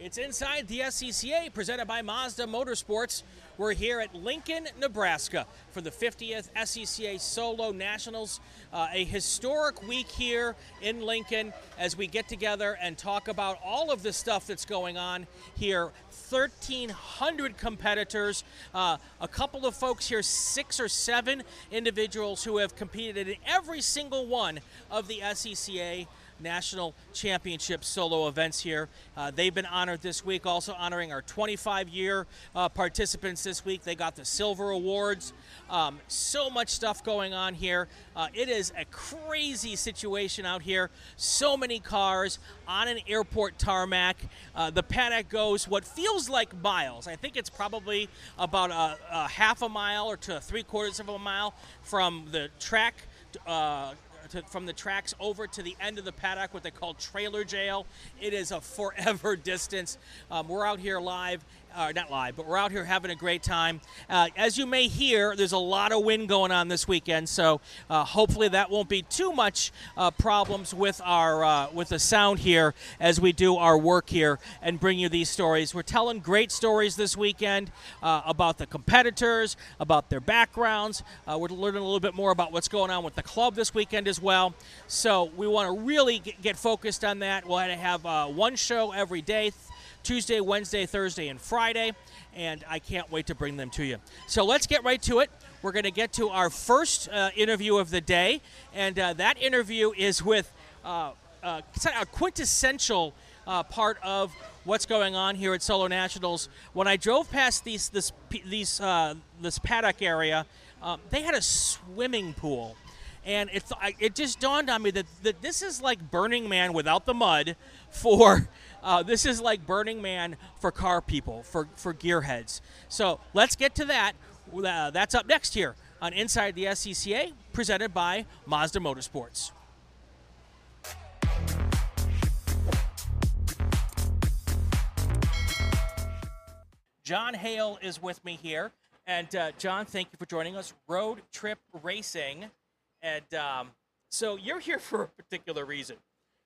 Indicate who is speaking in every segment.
Speaker 1: It's Inside the SCCA, presented by Mazda Motorsports. We're here at Lincoln, Nebraska for the 50th SCCA Solo Nationals. Uh, a historic week here in Lincoln as we get together and talk about all of the stuff that's going on here. 1,300 competitors, uh, a couple of folks here, six or seven individuals who have competed in every single one of the E SCCA national championship solo events here. Uh, they've been honored this week, also honoring our 25 year uh, participants this week. They got the silver awards. Um, so much stuff going on here. Uh, it is a crazy situation out here. So many cars on an airport tarmac. Uh, the paddock goes what feels like miles. I think it's probably about a, a half a mile or to three quarters of a mile from the track. uh, To, from the tracks over to the end of the paddock, what they call trailer jail. It is a forever distance. Um, we're out here live, uh, not live, but we're out here having a great time. Uh, as you may hear, there's a lot of wind going on this weekend, so uh, hopefully that won't be too much uh, problems with our uh, with the sound here as we do our work here and bring you these stories. We're telling great stories this weekend uh, about the competitors, about their backgrounds. Uh, we're learning a little bit more about what's going on with the club this weekend as well. So we want to really get, focused on that. We'll have, uh, one show every day Tuesday, Wednesday, Thursday, and Friday. And I can't wait to bring them to you. So let's get right to it. We're going to get to our first uh, interview of the day. And uh, that interview is with uh, a quintessential uh, part of what's going on here at Solo Nationals. When I drove past these, this, these, uh, this paddock area, um, they had a swimming pool and it, it just dawned on me that, that this is like Burning Man without the mud for uh, this is like Burning Man for car people for for gearheads. So let's get to that. Uh, that's up next here on Inside the SCCA, presented by Mazda Motorsports. John Hale is with me here. And uh, John, thank you for joining us. Road Trip Racing and um, so you're here for a particular reason.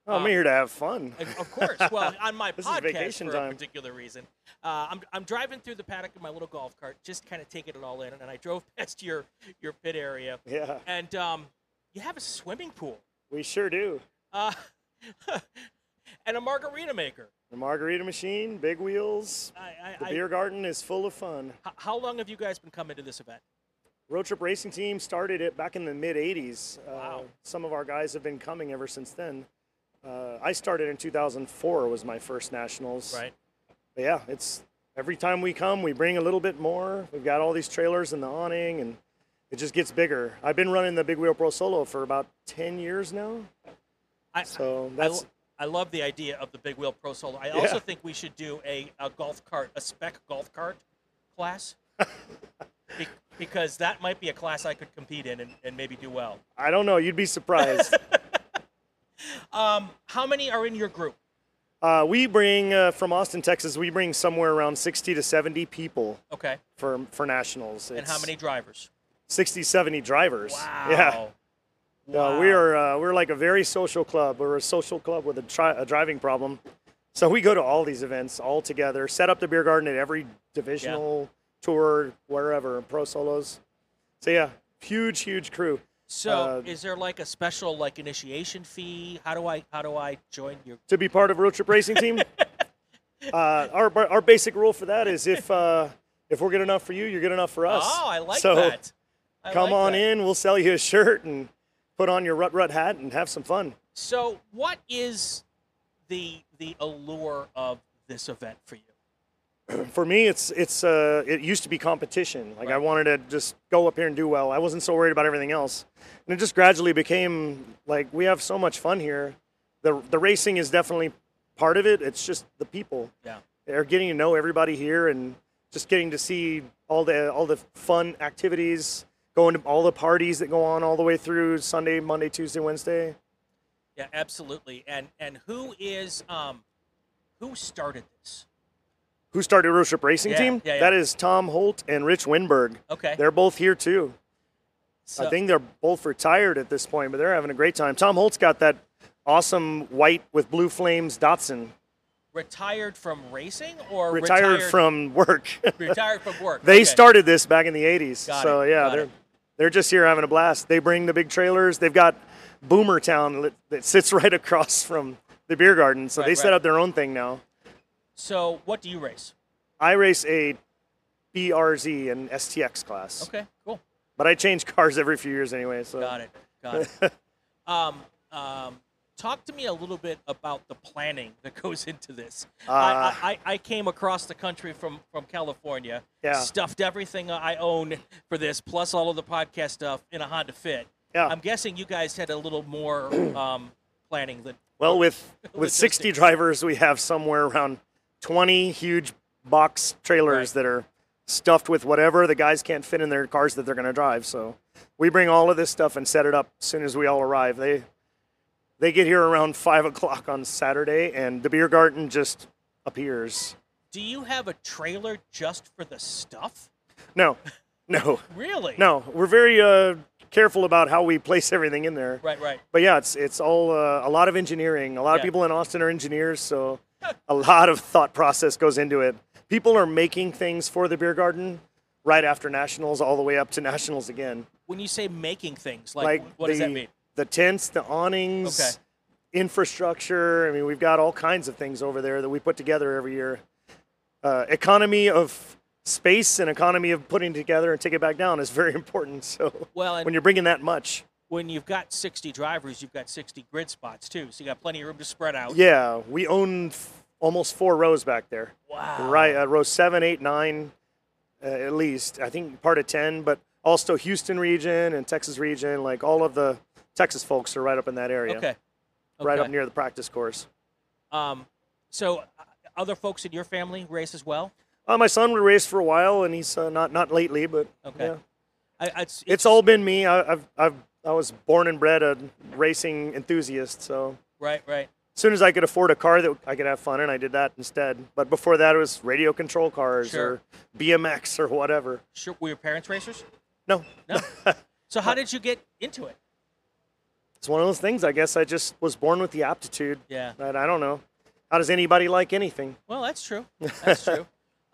Speaker 2: Well, I'm um, here to have fun.
Speaker 1: of course. Well, on my podcast for time. a particular reason. Uh, I'm, I'm driving through the paddock in my little golf cart, just kind of taking it all in, and I drove past your your pit area.
Speaker 2: Yeah.
Speaker 1: And um, you have a swimming pool.
Speaker 2: We sure do.
Speaker 1: Uh, and a margarita maker.
Speaker 2: The margarita machine, big wheels.
Speaker 1: I, I,
Speaker 2: the beer I, garden is full of fun.
Speaker 1: How long have you guys been coming to this event?
Speaker 2: Road Trip Racing Team started it back in the mid 80s.
Speaker 1: Wow.
Speaker 2: Uh, some of our guys have been coming ever since then. Uh, I started in 2004 was my first nationals.
Speaker 1: Right.
Speaker 2: But yeah, it's every time we come, we bring a little bit more. We've got all these trailers and the awning, and it just gets bigger. I've been running the Big Wheel Pro Solo for about 10 years now.
Speaker 1: I,
Speaker 2: so that's.
Speaker 1: I, I love the idea of the Big Wheel Pro Solo. I yeah. also think we should do a, a golf cart, a spec golf cart class. Be- because that might be a class I could compete in and, and maybe do well.
Speaker 2: I don't know. You'd be surprised.
Speaker 1: um, how many are in your group?
Speaker 2: Uh, we bring uh, from Austin, Texas. We bring somewhere around sixty to seventy people.
Speaker 1: Okay.
Speaker 2: For for nationals.
Speaker 1: and how many drivers?
Speaker 2: 60, 70 drivers.
Speaker 1: Wow.
Speaker 2: Yeah.
Speaker 1: Wow.
Speaker 2: Uh, we are we're like a very social club. We're a social club with a, tri- a driving problem, so we go to all these events all together. Set up the beer garden at every divisional. Yeah tour wherever pro solos so yeah huge huge crew
Speaker 1: so uh, is there like a special like initiation fee how do i how do i join your
Speaker 2: to be part of road trip racing team uh, our, our basic rule for that is if uh, if we're good enough for you you're good enough for us
Speaker 1: oh i like
Speaker 2: so
Speaker 1: that
Speaker 2: I come
Speaker 1: like
Speaker 2: on
Speaker 1: that.
Speaker 2: in we'll sell you a shirt and put on your rut rut hat and have some fun
Speaker 1: so what is the the allure of this event for you
Speaker 2: for me, it's it's uh, it used to be competition. Like
Speaker 1: right. I
Speaker 2: wanted to just go up here and do well. I wasn't so worried about everything else, and it just gradually became like we have so much fun here. the The racing is definitely part of it. It's just the people.
Speaker 1: Yeah,
Speaker 2: they're getting to know everybody here and just getting to see all the all the fun activities, going to all the parties that go on all the way through Sunday, Monday, Tuesday, Wednesday.
Speaker 1: Yeah, absolutely. And and who is um, who started this?
Speaker 2: who started Road Trip Racing
Speaker 1: Yeah,
Speaker 2: Team.
Speaker 1: yeah, yeah.
Speaker 2: That is Tom Holt and Rich Winberg.
Speaker 1: Okay.
Speaker 2: They're both here too.
Speaker 1: So,
Speaker 2: I think they're both retired at this point, but they're having a great time. Tom Holt's got that awesome white with blue flames Datsun.
Speaker 1: retired from racing or
Speaker 2: Retired, from work.
Speaker 1: retired from work.
Speaker 2: they
Speaker 1: Okay.
Speaker 2: started this back in the 80s.
Speaker 1: Got
Speaker 2: so
Speaker 1: it,
Speaker 2: yeah,
Speaker 1: got
Speaker 2: they're
Speaker 1: it.
Speaker 2: they're just here having a blast. They bring the big trailers. They've got Boomer Town lit- that sits right across from the beer garden. So
Speaker 1: Right,
Speaker 2: they set
Speaker 1: right.
Speaker 2: up their own thing now.
Speaker 1: So what do you race?
Speaker 2: I race a BRZ and STX class.
Speaker 1: Okay, cool.
Speaker 2: But I change cars every few years anyway, so
Speaker 1: Got it. Got it. um, um, talk to me a little bit about the planning that goes into this.
Speaker 2: Uh,
Speaker 1: I I, I, I came across the country from, from California,
Speaker 2: Yeah.
Speaker 1: stuffed everything I own for this, plus all of the podcast stuff in a Honda Fit.
Speaker 2: Yeah.
Speaker 1: I'm guessing you guys had a little more um, planning than
Speaker 2: Well, with with 60
Speaker 1: Logistics.
Speaker 2: drivers, we have somewhere around 20 huge box trailers that are stuffed with whatever the guys can't fit in their cars that they're going to drive. So we bring all of this stuff and set it up as soon as we all arrive. They they get here around five o'clock on Saturday, and the beer garden just appears.
Speaker 1: Do you have a trailer just for the stuff?
Speaker 2: No, no,
Speaker 1: Really?
Speaker 2: no. We're very uh, careful about how we place everything in there.
Speaker 1: Right, right.
Speaker 2: But yeah, it's it's all uh, a lot of engineering. A lot of
Speaker 1: Yeah.
Speaker 2: people in Austin are engineers, so a lot of thought process goes into it. People are making things for the beer garden right after nationals, all the way up to nationals again.
Speaker 1: When you say making things, like,
Speaker 2: Like
Speaker 1: what
Speaker 2: the,
Speaker 1: does that mean?
Speaker 2: The tents, the awnings,
Speaker 1: Okay.
Speaker 2: infrastructure. I mean, we've got all kinds of things over there that we put together every year. Uh, economy of space and economy of putting together and take it back down is very important. So
Speaker 1: Well, and
Speaker 2: when you're bringing that much,
Speaker 1: when you've got 60 drivers, you've got 60 grid spots too, so you got plenty of room to spread out.
Speaker 2: yeah, we own f- almost four rows back there.
Speaker 1: Wow.
Speaker 2: Right, uh, row seven, eight, nine, uh, at least. I think part of ten, but also Houston region and Texas region. Like all of the Texas folks are right up in that area,
Speaker 1: Okay.
Speaker 2: right up
Speaker 1: Okay.
Speaker 2: near the practice course.
Speaker 1: Um, so, uh, other folks in your family race as well.
Speaker 2: Uh, my son would race for a while, and he's uh, not not lately, but
Speaker 1: Okay.
Speaker 2: yeah.
Speaker 1: I, I- it's,
Speaker 2: it's all been me. I, I've I've I was born and bred a racing enthusiast, so.
Speaker 1: right, right.
Speaker 2: As soon as I could afford a car that I could have fun in, I did that instead. But before that, it was radio control cars
Speaker 1: Sure.
Speaker 2: or BMX or whatever.
Speaker 1: Sure, were your parents racers?
Speaker 2: No,
Speaker 1: No. so,
Speaker 2: Uh,
Speaker 1: how did you get into it?
Speaker 2: it's one of those things. I guess I just was born with the aptitude.
Speaker 1: Yeah.
Speaker 2: But I don't know. How does anybody like anything?
Speaker 1: Well, that's true. That's true.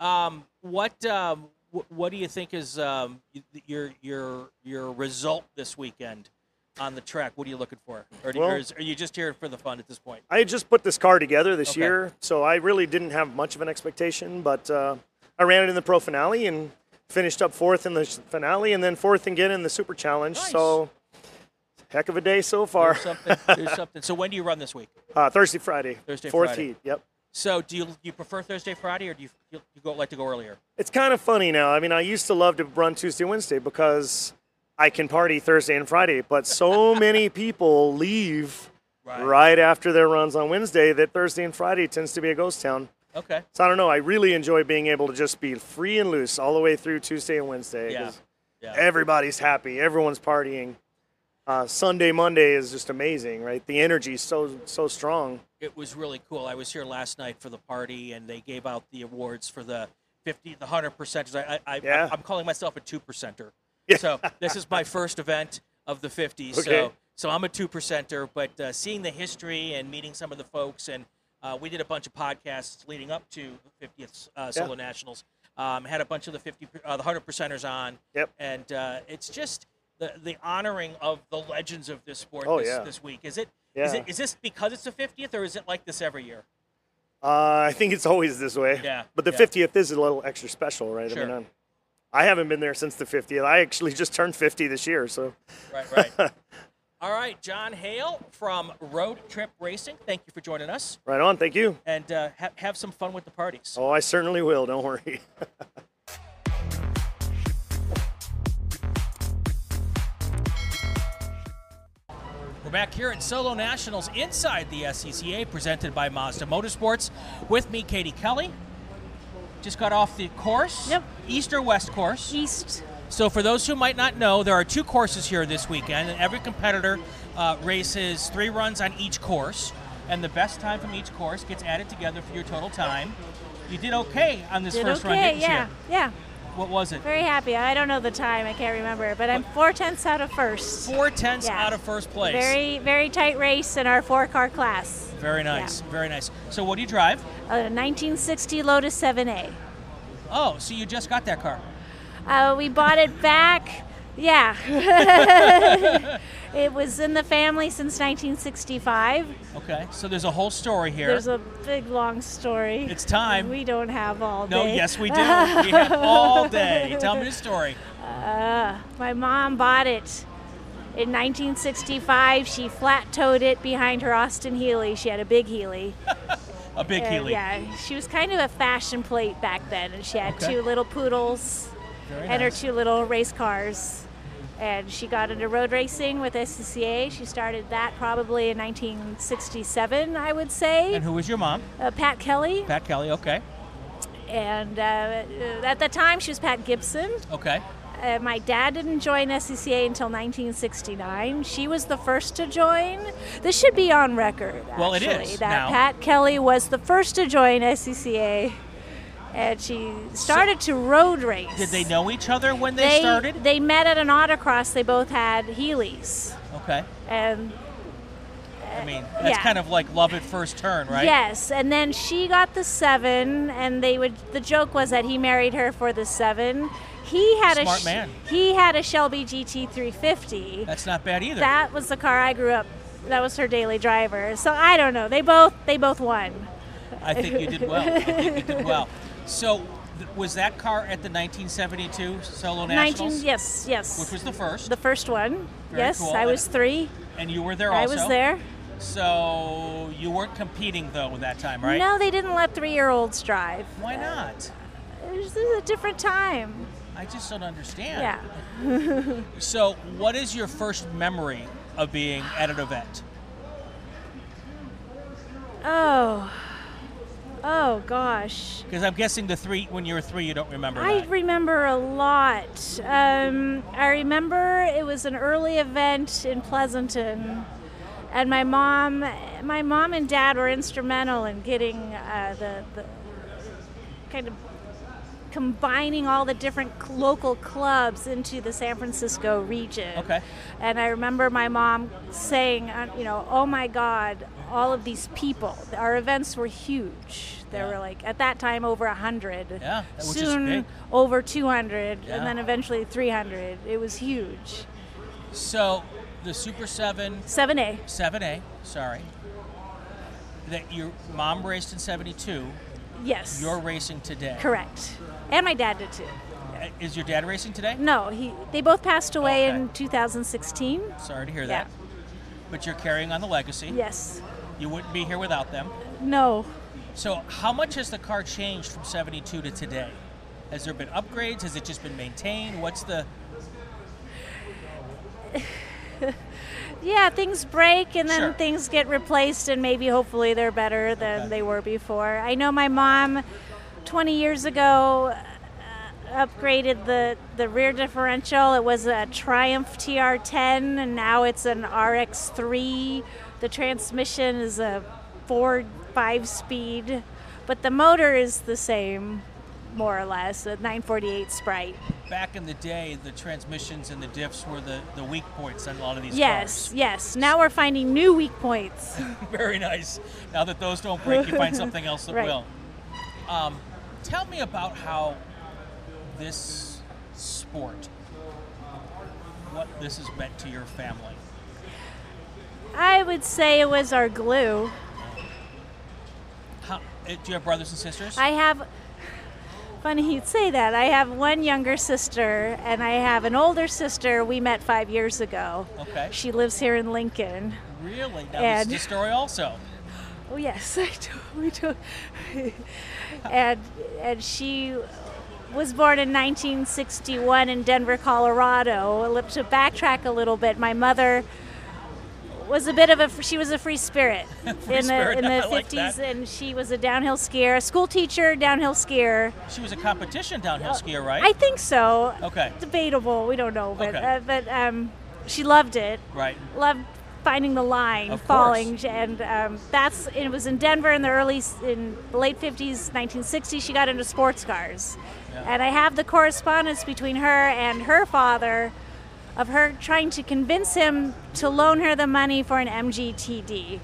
Speaker 1: Um, what um, wh- what do you think is um, y- your your your result this weekend on the track? What are you looking for, or, do,
Speaker 2: Well-
Speaker 1: or is, are you just here for the fun at this point?
Speaker 2: I had just put this car together this
Speaker 1: Okay.
Speaker 2: year, so I really didn't have much of an expectation. But uh, I ran it in the pro finale and finished up fourth in the s- finale, and then fourth again in the super challenge.
Speaker 1: Nice.
Speaker 2: So, heck of a day so far.
Speaker 1: There's something. There's something. So when do you run this week?
Speaker 2: Uh, Thursday, Friday,
Speaker 1: Thursday,
Speaker 2: fourth
Speaker 1: Friday.
Speaker 2: heat. Yep.
Speaker 1: So do you you prefer Thursday, Friday, or do you you, you go like to go earlier?
Speaker 2: It's kind of funny now. I mean, I used to love to run Tuesday, Wednesday because I can party Thursday and Friday, but so many people leave
Speaker 1: Right.
Speaker 2: right after their runs on Wednesday that Thursday and Friday tends to be a ghost town.
Speaker 1: Okay.
Speaker 2: So I don't know. I really enjoy being able to just be free and loose all the way through Tuesday and Wednesday.
Speaker 1: Yeah.
Speaker 2: 'cause
Speaker 1: Yeah.
Speaker 2: Everybody's happy. Everyone's partying. Uh, Sunday, Monday is just amazing, right? The energy's so so strong.
Speaker 1: It was really cool. I was here last night for the party, and they gave out the awards for the fifty, the hundred percenters. I, I,
Speaker 2: Yeah.
Speaker 1: I I'm calling myself a two percenter.
Speaker 2: Yeah.
Speaker 1: So this is my first event of the fifty. So
Speaker 2: Okay.
Speaker 1: so I'm a two percenter, but uh, seeing the history and meeting some of the folks, and uh, we did a bunch of podcasts leading up to the fiftieth uh, solo nationals. Um, had a bunch of the fifty, per- uh, the hundred percenters on.
Speaker 2: Yep.
Speaker 1: And uh, it's just the the honoring of the legends of this sport
Speaker 2: Oh,
Speaker 1: this,
Speaker 2: yeah.
Speaker 1: this week. Is it?
Speaker 2: Yeah.
Speaker 1: Is, it, is this because it's the 50th, or is it like this every year?
Speaker 2: Uh, I think it's always this way.
Speaker 1: Yeah,
Speaker 2: But the
Speaker 1: yeah.
Speaker 2: fiftieth is a little extra special, right? I
Speaker 1: Sure.
Speaker 2: mean, I'm, I have not been there since the fiftieth. I actually just turned fifty this year, so
Speaker 1: Right, right. All right, John Hale from Road Trip Racing. Thank you for joining us,
Speaker 2: right on. Thank you.
Speaker 1: and uh, ha- have some fun with the parties.
Speaker 2: Oh, I certainly will. Don't worry.
Speaker 1: We're back here at Solo Nationals inside the SCCA, presented by Mazda Motorsports. With me, Katie Kelly. Just got off the course.
Speaker 3: Yep.
Speaker 1: East or West course.
Speaker 3: East.
Speaker 1: So, for those who might not know, there are two courses here this weekend, and every competitor uh, races three runs on each course, and the best time from each course gets added together for your total time. You did okay on this
Speaker 3: Did
Speaker 1: first
Speaker 3: okay,
Speaker 1: run, didn't
Speaker 3: yeah, yeah.
Speaker 1: you? What was it?
Speaker 3: Very happy. I don't know the time. I can't remember, but I'm four tenths out of first.
Speaker 1: Four tenths
Speaker 3: Yeah.
Speaker 1: out of first place.
Speaker 3: Very very tight race in our four car class.
Speaker 1: Very nice. Very nice. So what do you drive?
Speaker 3: A 1960 Lotus 7A.
Speaker 1: Oh, so you just got that car.
Speaker 3: Uh, we bought it back. Yeah. it was in the family since 1965.
Speaker 1: Okay. So there's a whole story here.
Speaker 3: There's a big long story.
Speaker 1: It's time.
Speaker 3: We don't have all
Speaker 1: no,
Speaker 3: day.
Speaker 1: yes, we do. we have all day. Tell me the story.
Speaker 3: Uh, my mom bought it in 1965. She flat towed it behind her Austin Healy. She had a big Healy.
Speaker 1: A big
Speaker 3: And,
Speaker 1: Healy.
Speaker 3: yeah, she was kind of a fashion plate back then, and she had
Speaker 1: Okay.
Speaker 3: two little poodles
Speaker 1: Very
Speaker 3: and
Speaker 1: nice.
Speaker 3: her two little race cars. And she got into road racing with SCCA. She started that probably in 1967, I would say.
Speaker 1: And who was your mom?
Speaker 3: uh, Pat Kelly.
Speaker 1: Pat Kelly. Okay.
Speaker 3: And uh, uh, at the time, she was Pat Gibson.
Speaker 1: Okay.
Speaker 3: Uh, my dad didn't join SCCA until 1969. She was the first to join. This should be on record.
Speaker 1: Well, it
Speaker 3: actually,
Speaker 1: is
Speaker 3: that
Speaker 1: now.
Speaker 3: Pat Kelly was the first to join SCCA, and she started to road race.
Speaker 1: Did they know each other when they,
Speaker 3: They
Speaker 1: started?
Speaker 3: They met at an autocross. They both had Heelys,
Speaker 1: Okay.
Speaker 3: and
Speaker 1: I mean, that's
Speaker 3: yeah.
Speaker 1: kind of like love at first turn, right?
Speaker 3: Yes, and then she got the seven, and they would. The joke was that he married her for the seven. He had a
Speaker 1: Smart
Speaker 3: sh-
Speaker 1: man.
Speaker 3: he had a Shelby GT350.
Speaker 1: That's not bad either.
Speaker 3: That was the car I grew up. That was her daily driver. So I don't know. They both they both won.
Speaker 1: I think you did well. I think you did well. So, th- was that car at the 1972 Solo Nationals?
Speaker 3: yes, yes.
Speaker 1: Which was the first,
Speaker 3: the first one.
Speaker 1: Very
Speaker 3: yes,
Speaker 1: cool.
Speaker 3: I was three.
Speaker 1: and you were there
Speaker 3: I
Speaker 1: also.
Speaker 3: was there.
Speaker 1: So you weren't competing though that time, right?
Speaker 3: No, they didn't let three-year-olds drive.
Speaker 1: Why not?
Speaker 3: It was, this is a different time.
Speaker 1: I just don't understand.
Speaker 3: Yeah.
Speaker 1: So, what is your first memory of being at an event?
Speaker 3: Oh. Oh gosh.
Speaker 1: Because I'm guessing the three when you were three, you don't remember.
Speaker 3: I
Speaker 1: that.
Speaker 3: remember a lot. Um, I remember it was an early event in Pleasanton, and my mom, my mom and dad were instrumental in getting uh, the, the kind of combining all the different cl- local clubs into the San Francisco region.
Speaker 1: Okay.
Speaker 3: And I remember my mom saying, uh, you know, oh my God, all of these people. Our events were huge. There
Speaker 1: Yeah.
Speaker 3: were like, at that time, over 100.
Speaker 1: Yeah, which is
Speaker 3: Soon,
Speaker 1: big.
Speaker 3: over 200,
Speaker 1: Yeah.
Speaker 3: and then eventually 300. It was huge.
Speaker 1: so, the Super Seven
Speaker 3: 7A.
Speaker 1: Seven A, sorry. That your mom raced in '72.
Speaker 3: Yes.
Speaker 1: You're racing today.
Speaker 3: Correct. And my dad did too.
Speaker 1: Uh, Is your dad racing today?
Speaker 3: No, he they both passed away
Speaker 1: Okay.
Speaker 3: in 2016.
Speaker 1: Sorry to hear
Speaker 3: Yeah.
Speaker 1: that. But you're carrying on the legacy.
Speaker 3: Yes.
Speaker 1: You wouldn't be here without them.
Speaker 3: No.
Speaker 1: So, how much has the car changed from 72 to today? Has there been upgrades? Has it just been maintained? What's the.
Speaker 3: Yeah, things break and then
Speaker 1: Sure.
Speaker 3: things get replaced, and maybe hopefully they're better than
Speaker 1: Okay.
Speaker 3: they were before. I know my mom 20 years ago uh, upgraded the, the rear differential. It was a Triumph TR10, and now it's an RX3. The transmission is a Ford 5 speed, but the motor is the same, more or less, a 948 Sprite.
Speaker 1: Back in the day, the transmissions and the diffs were the, the weak points on a lot of these
Speaker 3: Yes, yes. Now we're finding new weak points.
Speaker 1: cars. Very nice. Now that those don't break, you find something else that
Speaker 3: Right.
Speaker 1: will. Um, tell me about how this sport, what this has meant to your family.
Speaker 3: I would say it was our glue.
Speaker 1: How, uh, do you have brothers and sisters?
Speaker 3: I have, funny you'd say that. I have one younger sister and I have an older sister we met five years ago.
Speaker 1: Okay.
Speaker 3: She lives here in Lincoln.
Speaker 1: Really? Now,
Speaker 3: And-
Speaker 1: this is a story also.
Speaker 3: Oh, yes, I do. We do. and, and she was born in 1961 in Denver, Colorado. Li- To backtrack a little bit, my mother was a bit of a she was a free spirit in the
Speaker 1: spirit,
Speaker 3: in
Speaker 1: I
Speaker 3: the
Speaker 1: like
Speaker 3: 50s
Speaker 1: that.
Speaker 3: and she was a downhill skier a school teacher downhill skier
Speaker 1: She was a competition downhill skier, right?
Speaker 3: Uh, I think so.
Speaker 1: Okay.
Speaker 3: Debatable. We don't know, but
Speaker 1: Okay.
Speaker 3: uh, but um, she loved it.
Speaker 1: Right.
Speaker 3: Loved finding the line,
Speaker 1: Of course.
Speaker 3: falling, and um, that's it was in Denver in the early s- in the late 50s, 1960s. She got into sports cars, And I have the correspondence between her and her father of her trying to convince him to loan her the money for an MGTD.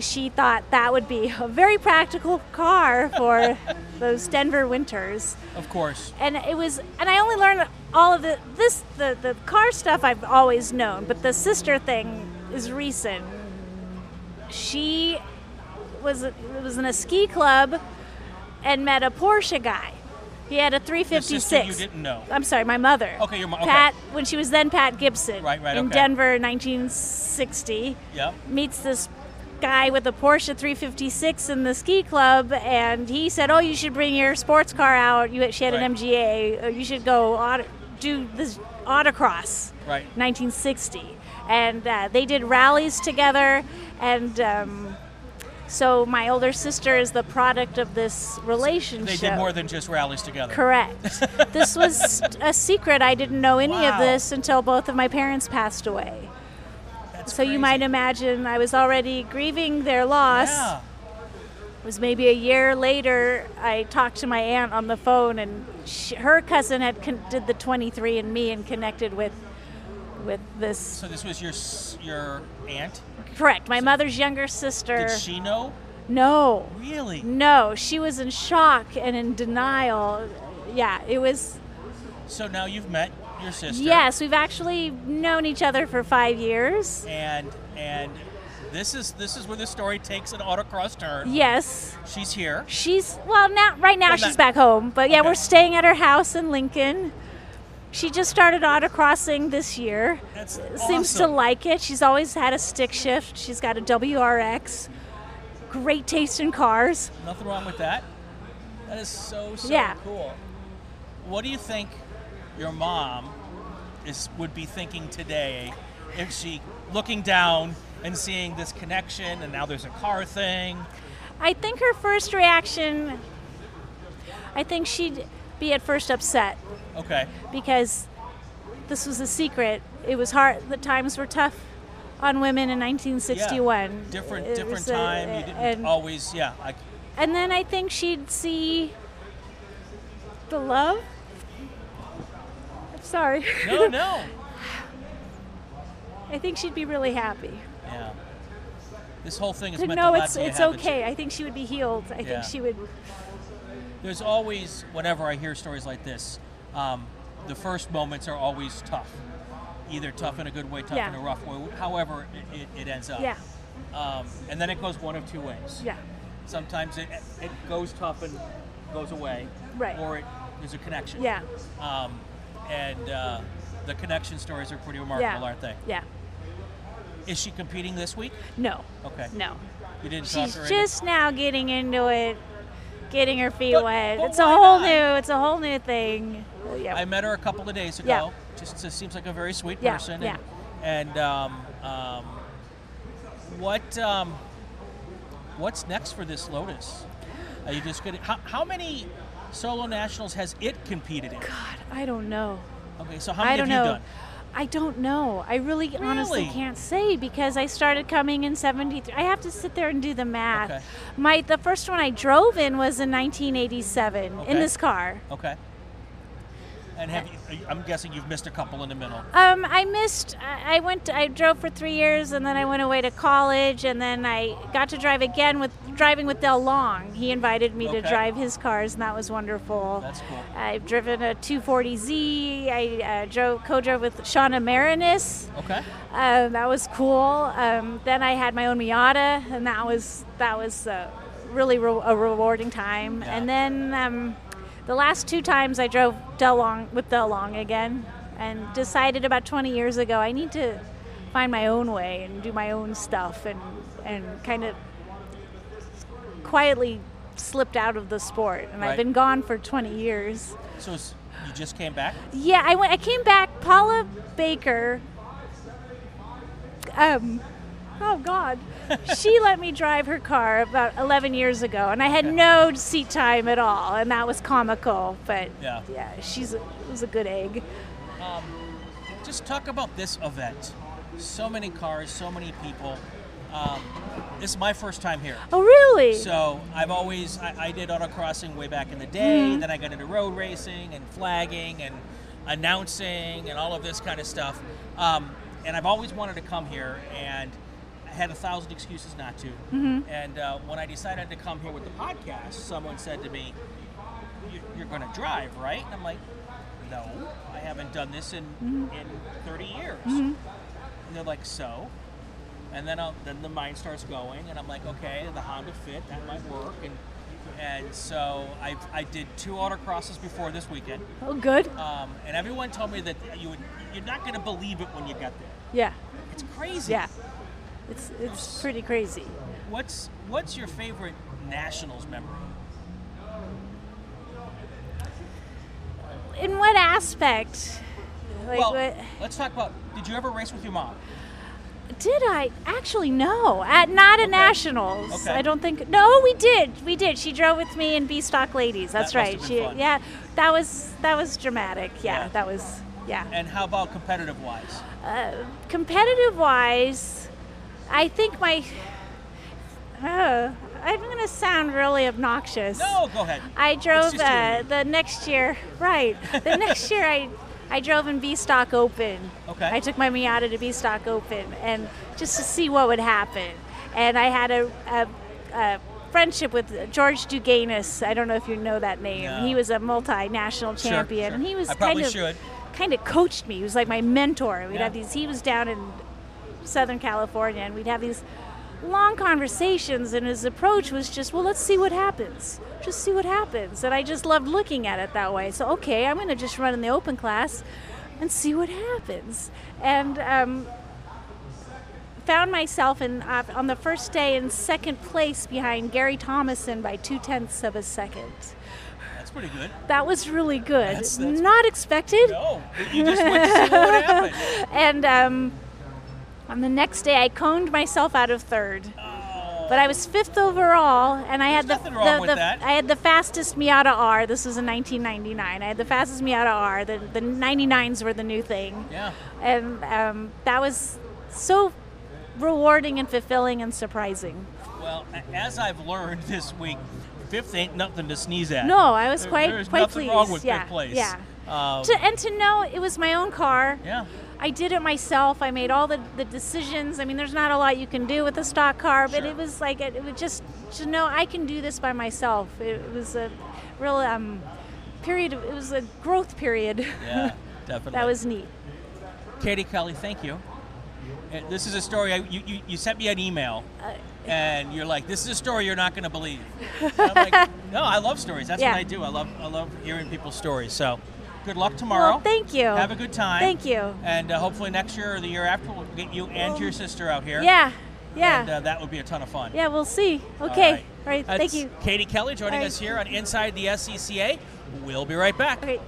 Speaker 3: She thought that would be a very practical car for those Denver winters
Speaker 1: Of course.
Speaker 3: and it was and i only learned all of the this the, the car stuff i've always known but the sister thing is recent she was was in a ski club and met a porsche guy he had a
Speaker 1: The sister
Speaker 3: 356
Speaker 1: you didn't know.
Speaker 3: i'm sorry my mother
Speaker 1: Okay, your mo- okay.
Speaker 3: pat when she was then pat gibson
Speaker 1: Right, right,
Speaker 3: in
Speaker 1: okay.
Speaker 3: denver 1960
Speaker 1: Yep.
Speaker 3: meets this guy with a Porsche 356 in the ski club, and he said, "Oh, you should bring your sports car out. You, she had
Speaker 1: Right.
Speaker 3: an MGA. Or "Oh, you should go auto, do this autocross,
Speaker 1: Right.
Speaker 3: 1960." And uh, they did rallies together, and um, so my older sister is the product of this relationship.
Speaker 1: They did more than just rallies together.
Speaker 3: Correct. this was a secret. I didn't know any
Speaker 1: Wow.
Speaker 3: of this until both of my parents passed away.
Speaker 1: That's
Speaker 3: So
Speaker 1: crazy.
Speaker 3: you might imagine I was already grieving their loss.
Speaker 1: Yeah.
Speaker 3: It was maybe a year later. I talked to my aunt on the phone, and she, her cousin had con- did the 23andMe and connected with with this.
Speaker 1: So this was your s- your aunt.
Speaker 3: Correct. My mother's younger sister.
Speaker 1: Did she know?
Speaker 3: no,
Speaker 1: Really?
Speaker 3: no, she was in shock and in denial. Yeah, it was.
Speaker 1: So now you've met your sister.
Speaker 3: Yes, we've actually known each other for five years.
Speaker 1: And and this is this is where the story takes an autocross turn.
Speaker 3: Yes.
Speaker 1: She's here.
Speaker 3: She's well now. Right now,
Speaker 1: Well,
Speaker 3: she's
Speaker 1: not-
Speaker 3: back home. But yeah,
Speaker 1: Okay.
Speaker 3: we're staying at her house in Lincoln. She just started autocrossing this year.
Speaker 1: That's
Speaker 3: Seems to
Speaker 1: awesome.
Speaker 3: like it. She's always had a stick shift. She's got a WRX. Great taste in cars.
Speaker 1: Nothing wrong with that. That is so so
Speaker 3: Yeah.
Speaker 1: cool. What do you think your mom is would be thinking today if she looking down and seeing this connection and now there's a car thing?
Speaker 3: I think her first reaction. I think she'd be at first upset
Speaker 1: Okay.
Speaker 3: because this was a secret. It was hard. The times were tough on women in 1961.
Speaker 1: Yeah. Different
Speaker 3: It
Speaker 1: different
Speaker 3: was a-
Speaker 1: time. you didn't
Speaker 3: and-
Speaker 1: always yeah. I,
Speaker 3: And then I think she'd see the love. I'm sorry.
Speaker 1: no no.
Speaker 3: I think she'd be really happy
Speaker 1: Yeah. This whole thing is
Speaker 3: to
Speaker 1: meant
Speaker 3: know
Speaker 1: to
Speaker 3: it's
Speaker 1: laugh at you,
Speaker 3: it's
Speaker 1: haven't you?
Speaker 3: okay. I think she would be healed. I
Speaker 1: Yeah.
Speaker 3: think she would.
Speaker 1: There's always, whenever I hear stories like this, um, the first moments are always tough. Either tough in a good way, tough in
Speaker 3: Yeah.
Speaker 1: a rough way, however it, it, it ends up.
Speaker 3: Yeah,
Speaker 1: Um, and then it goes one of two ways.
Speaker 3: yeah,
Speaker 1: Sometimes it, it goes tough and goes away.
Speaker 3: Right.
Speaker 1: Or it, there's a connection.
Speaker 3: yeah,
Speaker 1: Um, and uh, the connection stories are pretty remarkable,
Speaker 3: yeah.
Speaker 1: aren't they?
Speaker 3: Yeah.
Speaker 1: Is she competing this week?
Speaker 3: No,
Speaker 1: Okay.
Speaker 3: no.
Speaker 1: You didn't talk
Speaker 3: She's
Speaker 1: her into-
Speaker 3: just now getting into it, getting her feet
Speaker 1: But-
Speaker 3: wet.
Speaker 1: but
Speaker 3: it's a
Speaker 1: why
Speaker 3: whole
Speaker 1: not?
Speaker 3: new. It's a whole new thing. Yeah.
Speaker 1: I met her a couple of days ago. Just, just seems like a very sweet
Speaker 3: Yeah,
Speaker 1: person.
Speaker 3: yeah.
Speaker 1: And, and um, um, what um, what's next for this Lotus? Are you just gonna? How, how many solo nationals has it competed in?
Speaker 3: God, I don't know.
Speaker 1: Okay, so how many
Speaker 3: I don't
Speaker 1: have
Speaker 3: know.
Speaker 1: you done?
Speaker 3: I don't know. I really, honestly
Speaker 1: Really?
Speaker 3: can't say because I started coming in 73. I have to sit there and do the math.
Speaker 1: Okay.
Speaker 3: My the first one I drove in was in 1987
Speaker 1: Okay.
Speaker 3: in this car.
Speaker 1: Okay. And have you, I'm guessing you've missed a couple in the middle.
Speaker 3: Um, I missed. I I went. I drove for three years, and then I went away to college, and then I got to drive again with driving with Del Long. He invited me
Speaker 1: Okay.
Speaker 3: to drive his cars, and that was wonderful.
Speaker 1: That's cool.
Speaker 3: I've driven a 240Z. I uh, drove co-drove with Shauna Marinus.
Speaker 1: Okay.
Speaker 3: Um, that was cool. Um, then I had my own Miata, and that was that was uh, really re- a rewarding time.
Speaker 1: Yeah.
Speaker 3: And then um, the last two times I drove Del Long with Del Long again, and decided about 20 years ago I need to find my own way and do my own stuff, and and kind of quietly slipped out of the sport. And
Speaker 1: Right.
Speaker 3: I've been gone for 20 years.
Speaker 1: So it's, you just came back.
Speaker 3: Yeah, I went. I came back. Paula Baker. Um, oh God, she let me drive her car about 11 years ago, and I had no seat time at all, and that was comical. But
Speaker 1: Yeah.
Speaker 3: she's a, was a good egg.
Speaker 1: Just talk about this event. So many cars, so many people. Um, this is my first time here.
Speaker 3: Oh, really?
Speaker 1: So I've always I, I did autocrossing way back in the day. Then I got into road racing and flagging and announcing and all of this kind of stuff. Um, and I've always wanted to come here, and I had a thousand excuses not to. And uh, when I decided to come here with the podcast, someone said to me, "You- "You're going to drive, right?" And I'm like, "No, I haven't done this in in 30 years." And they're like, "So." and then I'll, then the mind starts going, and I'm like, okay, the Honda Fit that might work, and and so I I did two autocrosses before this weekend,
Speaker 3: Oh, good.
Speaker 1: um, and everyone told me that you would you're not going to believe it when you get there.
Speaker 3: Yeah,
Speaker 1: It's crazy.
Speaker 3: yeah. It's it's pretty crazy.
Speaker 1: What's what's your favorite nationals memory?
Speaker 3: In what aspect? Like
Speaker 1: well,
Speaker 3: what?
Speaker 1: let's talk about. Did you ever race with your mom?
Speaker 3: Did I actually no? At not at nationals.
Speaker 1: Okay.
Speaker 3: I don't think. No, we did. We did. She drove with me in B Stock Ladies. That's
Speaker 1: That must
Speaker 3: right.
Speaker 1: have
Speaker 3: she
Speaker 1: been fun.
Speaker 3: yeah. That was that was dramatic. Yeah,
Speaker 1: Yeah.
Speaker 3: that was yeah.
Speaker 1: And how about competitive wise?
Speaker 3: competitive wise, I think my. Oh, I'm going to sound really obnoxious.
Speaker 1: No, go ahead.
Speaker 3: I
Speaker 1: It's
Speaker 3: drove
Speaker 1: just you
Speaker 3: uh,
Speaker 1: and me.
Speaker 3: the next year, right? The next year, I I drove in B Stock Open.
Speaker 1: Okay.
Speaker 3: I took my Miata to B Stock Open, and just to see what would happen. And I had a, a, a friendship with George Duganis. I don't know if you know that name.
Speaker 1: No.
Speaker 3: He was a multinational
Speaker 1: Sure,
Speaker 3: champion,
Speaker 1: sure.
Speaker 3: and he was
Speaker 1: I
Speaker 3: kind
Speaker 1: probably
Speaker 3: of
Speaker 1: should.
Speaker 3: kind of coached me. He was like my mentor. We'd
Speaker 1: Yeah.
Speaker 3: have these. He was down in Southern California, and we'd have these long conversations. And his approach was just, well, let's see what happens. Just see what happens. And I just loved looking at it that way. So okay, I'm going to just run in the open class and see what happens. And um, found myself in uh, on the first day in second place behind Gary Thomason by two tenths of a second.
Speaker 1: That's pretty good.
Speaker 3: That was really good.
Speaker 1: That's- that's-
Speaker 3: Not expected.
Speaker 1: No, you just went to see what would happen.
Speaker 3: And um, on the next day, I coned myself out of third. But I was fifth overall, and I had
Speaker 1: There's
Speaker 3: the,
Speaker 1: nothing wrong
Speaker 3: the-
Speaker 1: with
Speaker 3: the-
Speaker 1: that.
Speaker 3: I had the fastest Miata R. This was in 1999. I had the fastest Miata R. The the 99s were the new thing,
Speaker 1: Yeah.
Speaker 3: and um, that was so rewarding and fulfilling and surprising.
Speaker 1: Well, a- as I've learned this week, fifth ain't nothing to sneeze at.
Speaker 3: No, I was
Speaker 1: There-
Speaker 3: quite
Speaker 1: there's
Speaker 3: quite
Speaker 1: nothing
Speaker 3: pleased.
Speaker 1: wrong with
Speaker 3: yeah,
Speaker 1: fifth place.
Speaker 3: yeah.
Speaker 1: Um,
Speaker 3: To, and to know it was my own car.
Speaker 1: yeah.
Speaker 3: I did it myself. I made all the, the decisions. I mean, there's not a lot you can do with a stock car, but
Speaker 1: Sure.
Speaker 3: it was like it, it was just to know I can do this by myself. It, was a real um, period. Of, it was a growth period.
Speaker 1: Yeah. Definitely.
Speaker 3: that was neat.
Speaker 1: Katie Kelly. Thank you. Uh, This is a story. I, you, you, you sent me an email,
Speaker 3: Uh,
Speaker 1: and you're like, "This is a story you're not going to believe." And I'm like, no, I love stories. That's
Speaker 3: Yeah.
Speaker 1: what I do. I love I love hearing people's stories. So, good luck tomorrow.
Speaker 3: Well, thank you.
Speaker 1: Have a good time.
Speaker 3: Thank you.
Speaker 1: And uh, hopefully next year or the year after, we'll get you and your sister out here.
Speaker 3: Yeah, yeah,
Speaker 1: And uh, that would be a ton of fun.
Speaker 3: yeah. We'll see.
Speaker 1: All
Speaker 3: Okay. All
Speaker 1: right.
Speaker 3: right. Thank
Speaker 1: That's
Speaker 3: you.
Speaker 1: Katie Kelly joining
Speaker 3: All right.
Speaker 1: us here on Inside the SCCA. We'll be right back.
Speaker 3: Okay.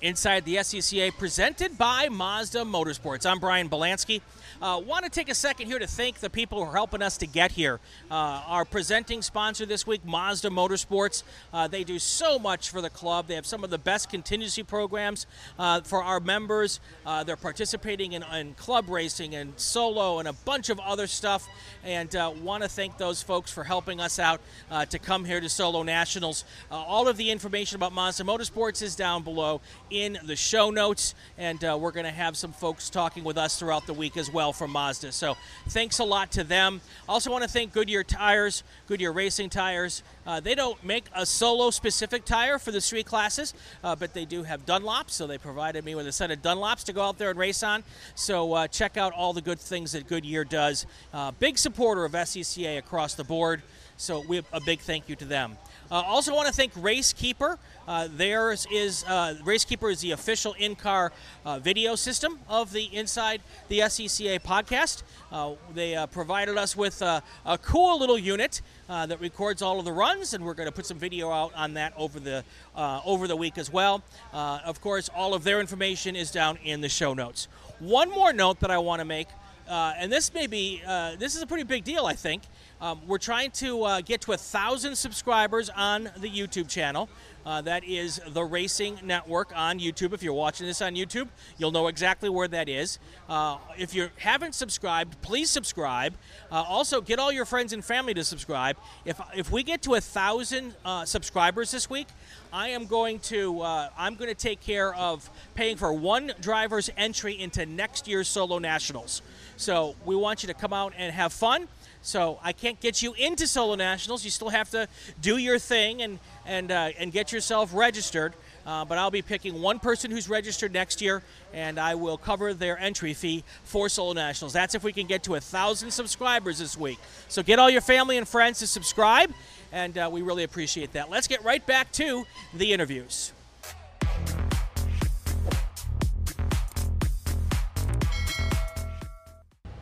Speaker 1: Inside the SCCA, presented by Mazda Motorsports. I'm Brian Belansky. Uh, Want to take a second here to thank the people who are helping us to get here. Uh, our presenting sponsor this week, Mazda Motorsports. Uh, they do so much for the club. They have some of the best contingency programs uh, for our members. Uh, they're participating in, in club racing and solo and a bunch of other stuff. And uh, want to thank those folks for helping us out uh, to come here to Solo Nationals. Uh, all of the information about Mazda Motorsports is down below in the show notes, and uh, we're going to have some folks talking with us throughout the week as well from Mazda. So thanks a lot to them. Also want to thank Goodyear Tires, Goodyear Racing Tires. Uh, they don't make a solo specific tire for the street classes, uh, but they do have Dunlops, so they provided me with a set of Dunlops to go out there and race on. So uh, check out all the good things that Goodyear does. Uh, big supporter of SCCA across the board. So we have a big thank you to them. Uh, also, want to thank RaceKeeper. Uh, theirs is uh, RaceKeeper is the official in-car uh, video system of the Inside the SCCA podcast. Uh, they uh, provided us with uh, a cool little unit uh, that records all of the runs, and we're going to put some video out on that over the uh, over the week as well. Uh, of course, all of their information is down in the show notes. One more note that I want to make uh, and this may be uh, this is a pretty big deal, I think. Um, we're trying to uh, get to a thousand subscribers on the YouTube channel. Uh, that is the Racing Network on YouTube. If you're watching this on YouTube, you'll know exactly where that is. Uh, if you haven't subscribed, please subscribe. Uh, also, get all your friends and family to subscribe. If if we get to a thousand uh, subscribers this week, I am going to uh, I'm going to take care of paying for one driver's entry into next year's solo nationals. So we want you to come out and have fun. So I can't get you into solo nationals. You still have to do your thing and and uh, and get yourself registered. Uh, but I'll be picking one person who's registered next year, and I will cover their entry fee for solo nationals. That's if we can get to a thousand subscribers this week. So get all your family and friends to subscribe, and uh, we really appreciate that. Let's get right back to the interviews.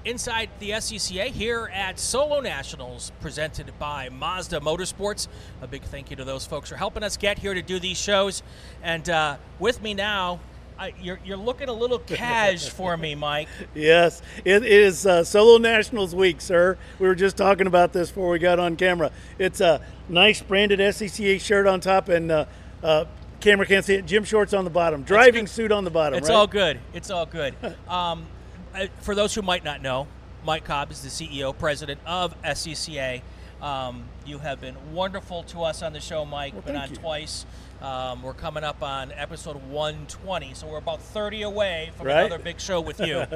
Speaker 1: Inside the SCCA here at Solo Nationals, presented by Mazda Motorsports. A big thank you to those folks for helping us get here to do these shows. And uh, with me now, I, you're, you're looking a little cash for me, Mike.
Speaker 4: Yes, it is uh, Solo Nationals Week, sir. We were just talking about this before we got on camera. It's a nice branded SCCA shirt on top and uh, uh, camera can't see it. Gym shorts on the bottom, driving
Speaker 1: good.
Speaker 4: suit on the bottom.
Speaker 1: It's
Speaker 4: right?
Speaker 1: all good. It's all good. Um, uh, for those who might not know, Mike Cobb is the CEO, president of SCCA. Um, you have been wonderful to us on the show, Mike. been
Speaker 4: thank
Speaker 1: on
Speaker 4: you.
Speaker 1: twice. Um, we're coming up on episode 120, so we're about 30 away from
Speaker 4: Right.
Speaker 1: another big show with you.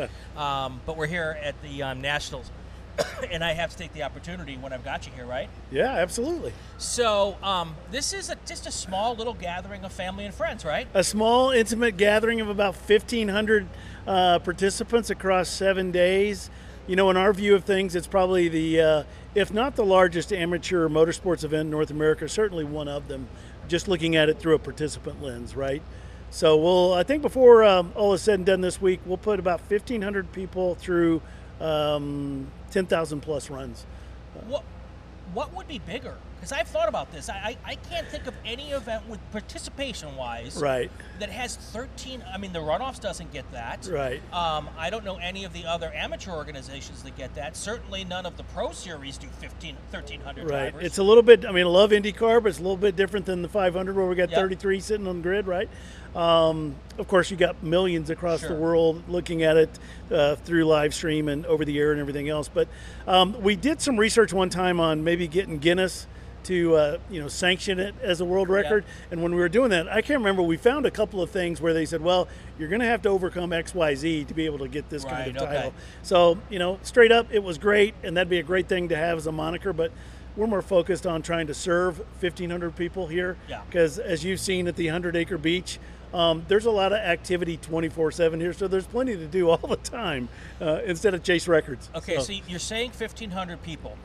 Speaker 1: um, but we're here at the um, Nationals, and I have to take the opportunity when I've got you here, right?
Speaker 4: Yeah, absolutely.
Speaker 1: So um, this is a, just a small little gathering of family and friends, right?
Speaker 4: A small, intimate gathering of about 1,500 uh, participants across seven days. You know, in our view of things, it's probably the, uh, if not the largest amateur motorsports event in North America, certainly one of them, just looking at it through a participant lens, right? So we'll, I think before um, all is said and done this week, we'll put about 1,500 people through um, 10,000 plus runs.
Speaker 1: What what would be bigger? Because I've thought about this. I, I, I can't think of any event with participation wise
Speaker 4: Right,
Speaker 1: that has 13. I mean, the runoffs doesn't get that.
Speaker 4: right.
Speaker 1: Um, I don't know any of the other amateur organizations that get that. Certainly none of the pro series do 15, 1,300
Speaker 4: Right.
Speaker 1: drivers.
Speaker 4: It's a little bit. I mean, I love IndyCar, but it's a little bit different than the 500 where we got
Speaker 1: Yep.
Speaker 4: 33 sitting on the grid, right? Um, of course, you got millions across
Speaker 1: Sure.
Speaker 4: the world looking at it uh, through live stream and over the air and everything else. But um, we did some research one time on maybe getting Guinness to uh, you know sanction it as a world record. And when we were doing that, I can't remember. We found a couple of things where they said, "Well, you're going to have to overcome X, Y, Z to be able to get this kind
Speaker 1: Right,
Speaker 4: of
Speaker 1: okay.
Speaker 4: title." So, you know, straight up, it was great, and that'd be a great thing to have as a moniker, but we're more focused on trying to serve 1,500 people here.
Speaker 1: Yeah.
Speaker 4: Because as you've seen at the 100 acre beach, um, there's a lot of activity 24 7 here, so there's plenty to do all the time uh, instead of chase records.
Speaker 1: Okay, so, you're saying 1,500 people.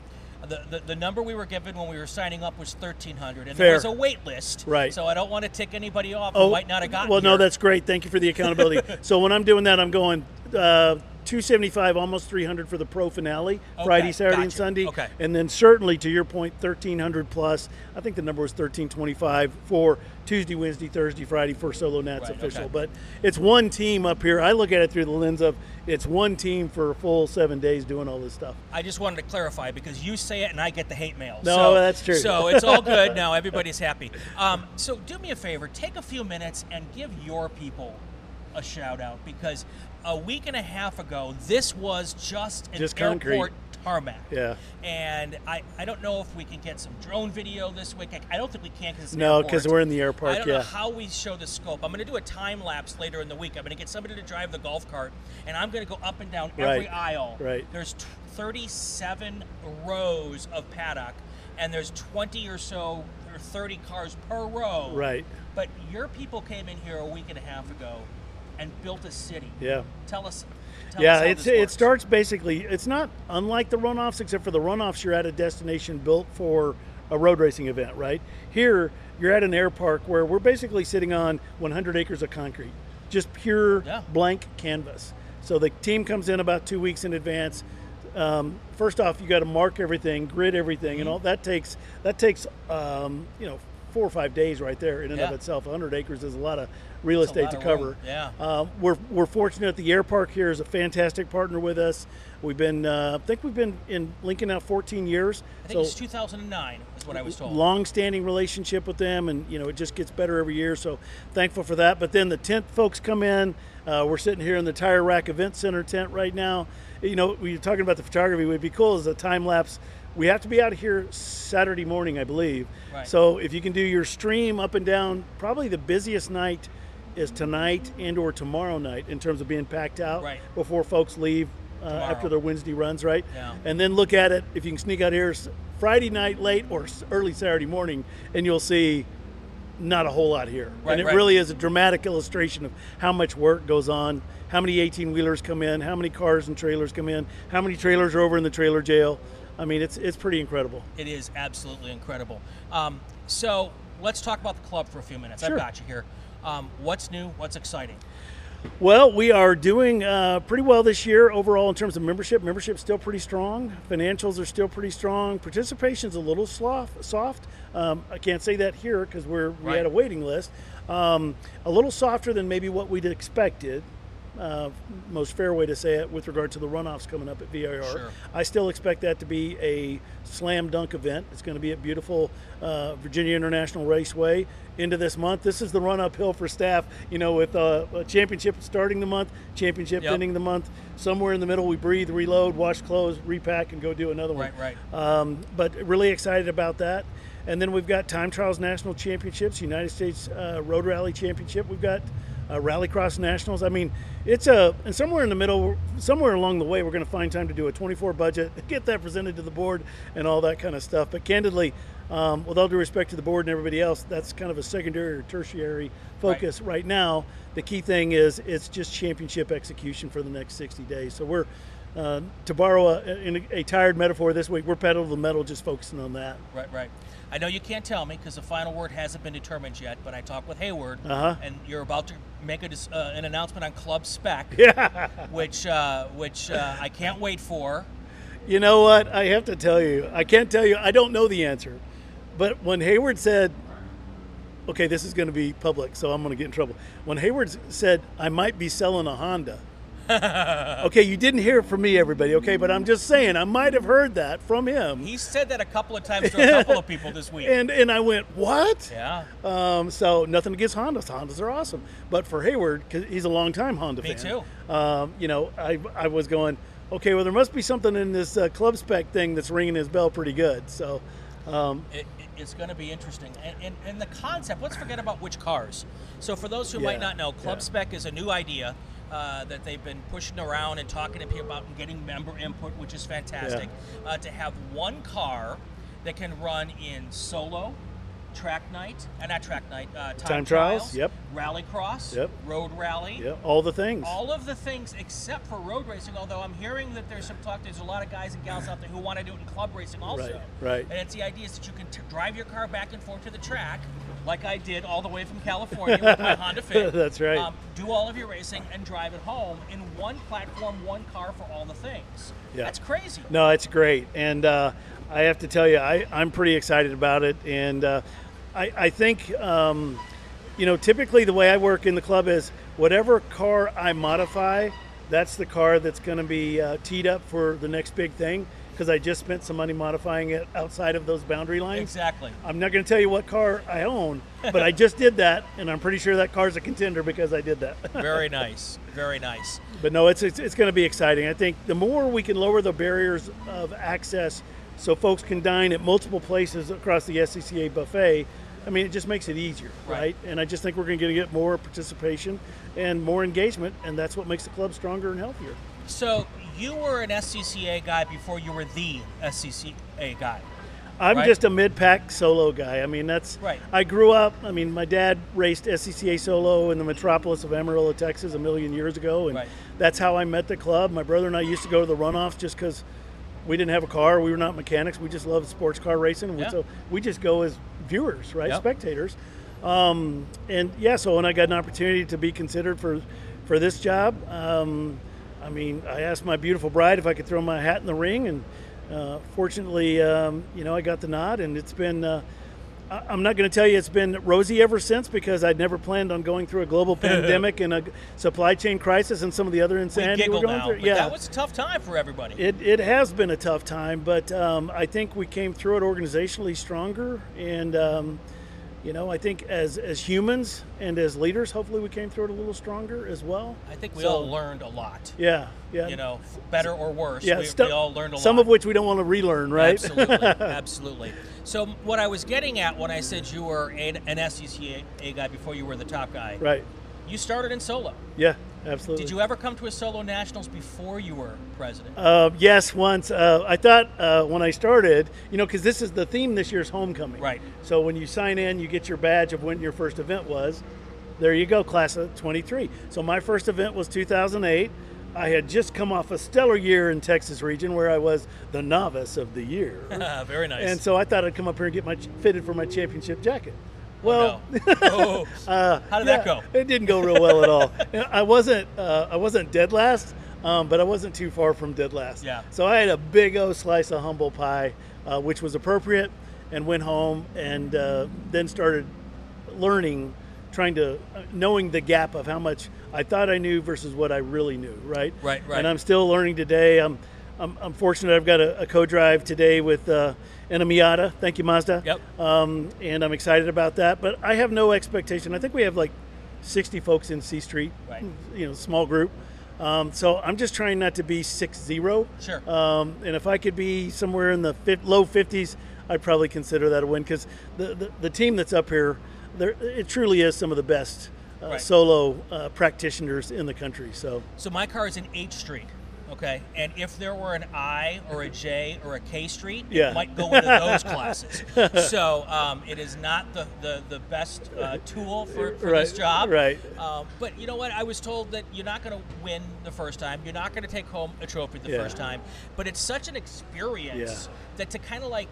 Speaker 1: The, the, the number we were given when we were signing up was 1,300, and there
Speaker 4: Fair.
Speaker 1: was a wait list.
Speaker 4: Right. Oh,
Speaker 1: So I don't want to tick anybody off who might not have gotten
Speaker 4: Well, no,
Speaker 1: here.
Speaker 4: that's great. Thank you for the accountability. so when I'm doing that, I'm going uh, 275, almost 300 for the pro finale,
Speaker 1: Okay,
Speaker 4: Friday, Saturday, and
Speaker 1: gotcha.
Speaker 4: Sunday.
Speaker 1: Okay.
Speaker 4: And then certainly, to your point, 1300 plus. I think the number was 1325 for Tuesday, Wednesday, Thursday, Friday for Solo Nats
Speaker 1: Right,
Speaker 4: official.
Speaker 1: okay.
Speaker 4: But it's one team up here. I look at it through the lens of it's one team for a full seven days doing all this stuff.
Speaker 1: I just wanted to clarify because you say it and I get the hate mail.
Speaker 4: No,
Speaker 1: so,
Speaker 4: that's true.
Speaker 1: So it's all good now. Everybody's happy. Um, so do me a favor, take a few minutes and give your people a shout out because a week and a half ago, this was just an
Speaker 4: Just concrete.
Speaker 1: airport tarmac.
Speaker 4: Yeah.
Speaker 1: And I, I don't know if we can get some drone video this week. I, I don't think we can because
Speaker 4: No, because we're in the
Speaker 1: I
Speaker 4: airport.
Speaker 1: don't know
Speaker 4: Yeah.
Speaker 1: how we show the scope. I'm going to do a time lapse later in the week. I'm going to get somebody to drive the golf cart, and I'm going to go up and down every
Speaker 4: Right.
Speaker 1: aisle.
Speaker 4: Right.
Speaker 1: There's t- 37 rows of paddock, and there's 20 or so or 30 cars per row.
Speaker 4: Right.
Speaker 1: But your people came in here a week and a half ago, and built a city.
Speaker 4: Yeah.
Speaker 1: Tell us. Tell us
Speaker 4: yeah,
Speaker 1: how
Speaker 4: it's,
Speaker 1: this
Speaker 4: it
Speaker 1: works.
Speaker 4: starts basically. It's not unlike the runoffs, except for the runoffs, you're at a destination built for a road racing event, right? Here, you're at an air park where we're basically sitting on 100 acres of concrete, just pure
Speaker 1: Yeah.
Speaker 4: blank canvas. So the team comes in about two weeks in advance. Um, first off, you got to mark everything, grid everything,
Speaker 1: Mm-hmm.
Speaker 4: and all that takes that takes um, you know four or five days right there in and
Speaker 1: Yeah.
Speaker 4: of itself. 100 acres is a lot of real
Speaker 1: a
Speaker 4: estate
Speaker 1: lot
Speaker 4: to
Speaker 1: of
Speaker 4: cover.
Speaker 1: room, yeah.
Speaker 4: Um, we're, we're fortunate the air park here is a fantastic partner with us. We've been, uh, I think we've been in Lincoln now 14 years.
Speaker 1: I think it's 2009 is what I was told.
Speaker 4: long-standing relationship with them, and you know it just gets better every year. So thankful for that. But then the tent folks come in. Uh, we're sitting here in the Tire Rack Event Center tent right now. You know, we were talking about the photography. Would be cool is a time lapse. We have to be out here Saturday morning, I believe.
Speaker 1: Right.
Speaker 4: So if you can do your stream up and down, probably the busiest night is tonight and or tomorrow night in terms of being packed out
Speaker 1: Right.
Speaker 4: before folks leave uh, after
Speaker 1: Tomorrow.
Speaker 4: their Wednesday runs, right?
Speaker 1: Yeah.
Speaker 4: And then look at it if you can sneak out here s- Friday night late or s- early Saturday morning, and you'll see not a whole lot here.
Speaker 1: Right,
Speaker 4: and it
Speaker 1: right.
Speaker 4: really is a dramatic illustration of how much work goes on, how many 18 wheelers come in, how many cars and trailers come in, how many trailers are over in the trailer jail. I mean, it's it's pretty incredible.
Speaker 1: It is absolutely incredible. Um, so let's talk about the club for a few minutes.
Speaker 4: Sure.
Speaker 1: I've got you here. Um, what's new? What's exciting?
Speaker 4: Well, we are doing uh, pretty well this year overall in terms of membership. Membership's still pretty strong. Financials are still pretty strong. Participation's a little sloth, soft. Um, I can't say that here because we're we had
Speaker 1: Right.
Speaker 4: a waiting list. Um, a little softer than maybe what we'd expected. Uh, most fair way to say it with regard to the runoffs coming up at VAR.
Speaker 1: Sure.
Speaker 4: I still expect that to be a slam dunk event. It's going to be at beautiful uh, Virginia International Raceway into this month. This is the run uphill for staff, you know, with uh, a championship starting the month, championship
Speaker 1: Yep.
Speaker 4: ending the month. Somewhere in the middle, we breathe, reload, wash clothes, repack, and go do another one.
Speaker 1: Right, right.
Speaker 4: Um, but really excited about that. And then we've got time trials national championships, United States uh, Road Rally Championship. We've got uh, Rallycross Nationals. I mean, it's a and somewhere in the middle, somewhere along the way, we're going to find time to do a 24 budget, get that presented to the board, and all that kind of stuff. But candidly, um, with all due respect to the board and everybody else, that's kind of a secondary or tertiary focus right now. The key thing is it's just championship execution for the next 60 days. So we're uh, to borrow a, in a, a tired metaphor this week, we're pedal to the metal, just focusing on that.
Speaker 1: Right, right. I know you can't tell me because the final word hasn't been determined yet, but I talked with Hayward,
Speaker 4: Uh-huh.
Speaker 1: and you're about to make a, dis- uh, an announcement on club spec,
Speaker 4: Yeah.
Speaker 1: which uh, which uh, I can't wait for.
Speaker 4: You know what? I have to tell you, I can't tell you. I don't know the answer, but when Hayward said, "Okay, this is going to be public, so I'm going to get in trouble," when Hayward said, "I might be selling a Honda," okay, you didn't hear it from me, everybody. Okay, but I'm just saying, I might have heard that from him,
Speaker 1: He said that a couple of times to a couple of people this week.
Speaker 4: and and I went, "What?"
Speaker 1: yeah,
Speaker 4: Um, so nothing against Hondas. Hondas are awesome. But for Hayward, 'cause he's a longtime Honda
Speaker 1: Me
Speaker 4: fan. too. Um, you know, I, I was going, okay, well, there must be something in this uh, club spec thing that's ringing his bell pretty good. So, um,
Speaker 1: it, it- it's going to be interesting. And, and, and the concept, let's forget about which cars. So, for those who
Speaker 4: Yeah,
Speaker 1: might not know, Club
Speaker 4: yeah.
Speaker 1: Spec is a new idea uh, that they've been pushing around and talking to people about and getting member input, which is fantastic. Uh, to have one car that can run in solo, track night, uh, not track night, uh, time,
Speaker 4: Time trials, yep.
Speaker 1: rally cross,
Speaker 4: Yep.
Speaker 1: road rally.
Speaker 4: yeah, all the things.
Speaker 1: All of the things except for road racing, although I'm hearing that there's some talk, there's a lot of guys and gals out there who want to do it in club racing also.
Speaker 4: Right, right.
Speaker 1: And it's the idea is that you can t- drive your car back and forth to the track, like I did all the way from California with my Honda Fit. Um,
Speaker 4: That's right.
Speaker 1: do all of your racing and drive it home in one platform, one car for all the things.
Speaker 4: Yeah.
Speaker 1: That's crazy.
Speaker 4: No, it's great, and uh, I have to tell you, I, I'm pretty excited about it, and uh, I, I think, um, you know, typically the way I work in the club is whatever car I modify, that's the car that's going to be uh, teed up for the next big thing because I just spent some money modifying it outside of those boundary lines.
Speaker 1: Exactly.
Speaker 4: I'm not going to tell you what car I own, but I just did that, and I'm pretty sure that car's a contender because I did that.
Speaker 1: Very nice. Very nice.
Speaker 4: But no, it's it's, it's going to be exciting. I think the more we can lower the barriers of access, so folks can dine at multiple places across the SCCA buffet. I mean, it just makes it easier,
Speaker 1: Right.
Speaker 4: right? And I just think we're going to get more participation and more engagement, and that's what makes the club stronger and healthier.
Speaker 1: So you were an SCCA guy before you were the SCCA guy.
Speaker 4: I'm
Speaker 1: Right.
Speaker 4: just a mid-pack solo guy. I mean, that's
Speaker 1: Right.
Speaker 4: I grew up. I mean, my dad raced SCCA solo in the metropolis of Amarillo, Texas, a million years ago, and
Speaker 1: Right.
Speaker 4: that's how I met the club. My brother and I used to go to the runoffs just because we didn't have a car. We were not mechanics. We just loved sports car racing, and
Speaker 1: Yeah.
Speaker 4: so we just go as viewers, right,
Speaker 1: Yep.
Speaker 4: spectators. Um, and yeah, so when I got an opportunity to be considered for for this job, um, I mean, I asked my beautiful bride if I could throw my hat in the ring, and uh, fortunately, um, you know, I got the nod, and it's been. Uh, I- I'm not going to tell you it's been rosy ever since because I'd never planned on going through a global pandemic and a g- supply chain crisis and some of the other
Speaker 1: We
Speaker 4: insanity
Speaker 1: giggle
Speaker 4: are going
Speaker 1: now.
Speaker 4: through.
Speaker 1: but that was a tough time for everybody.
Speaker 4: It, it has been a tough time, but um, I think we came through it organizationally stronger. And, um, you know, I think as, as humans and as leaders, hopefully we came through it a little stronger as well.
Speaker 1: I think we
Speaker 4: So,
Speaker 1: all learned a lot.
Speaker 4: Yeah, yeah.
Speaker 1: You know, better or worse, we,
Speaker 4: stu-
Speaker 1: we all learned a lot.
Speaker 4: Some of which we don't want to relearn, right?
Speaker 1: Absolutely, absolutely. So what I was getting at when I said you were an, an SCCA guy before you were the top guy,
Speaker 4: right.
Speaker 1: you started in solo.
Speaker 4: Yeah, absolutely.
Speaker 1: Did you ever come to a solo nationals before you were president?
Speaker 4: Uh, yes, once. Uh, I thought uh, when I started, you know, because this is the theme this year's homecoming.
Speaker 1: Right.
Speaker 4: So when you sign in, you get your badge of when your first event was. There you go, class of 23. So my first event was 2008. I had just come off a stellar year in Texas region where I was the novice of the year.
Speaker 1: Ah, very nice.
Speaker 4: and so I thought I'd come up here and get my fitted for my championship jacket. Well,
Speaker 1: Oh,
Speaker 4: uh,
Speaker 1: no. Oh. how did that
Speaker 4: yeah,
Speaker 1: go?
Speaker 4: It didn't go real well at all. Yeah, I wasn't uh, I wasn't dead last, um, but I wasn't too far from dead last.
Speaker 1: Yeah.
Speaker 4: So I had a big old slice of humble pie, uh, which was appropriate, and went home and uh, then started learning, trying to uh, knowing the gap of how much I thought I knew versus what I really knew. Right.
Speaker 1: Right, right.
Speaker 4: And I'm still learning today. I'm I'm, I'm fortunate. I've got a, a co-drive today with. Uh, and a Miata. Thank you, Mazda
Speaker 1: Yep.
Speaker 4: um, and I'm excited about that. But I have no expectation. I think we have like 60 folks in C Street,
Speaker 1: Right.
Speaker 4: you know, small group. Um, so I'm just trying not to be six zero.
Speaker 1: Sure.
Speaker 4: Um, and if I could be somewhere in the fif- low 50s, I'd probably consider that a win because the, the the team that's up here, there it truly is some of the best. Uh,
Speaker 1: Right.
Speaker 4: Solo uh, practitioners in the country. So,
Speaker 1: So my car is in H Street, okay? And if there were an I or a J or a K Street,
Speaker 4: Yeah.
Speaker 1: it might go into those classes. So um, it is not the, the, the best uh, tool for, for this
Speaker 4: Right,
Speaker 1: job.
Speaker 4: right.
Speaker 1: Um, but you know what? I was told that you're not going to win the first time. You're not going to take home a trophy the
Speaker 4: Yeah.
Speaker 1: first time. But it's such an experience
Speaker 4: Yeah.
Speaker 1: that to kind of like,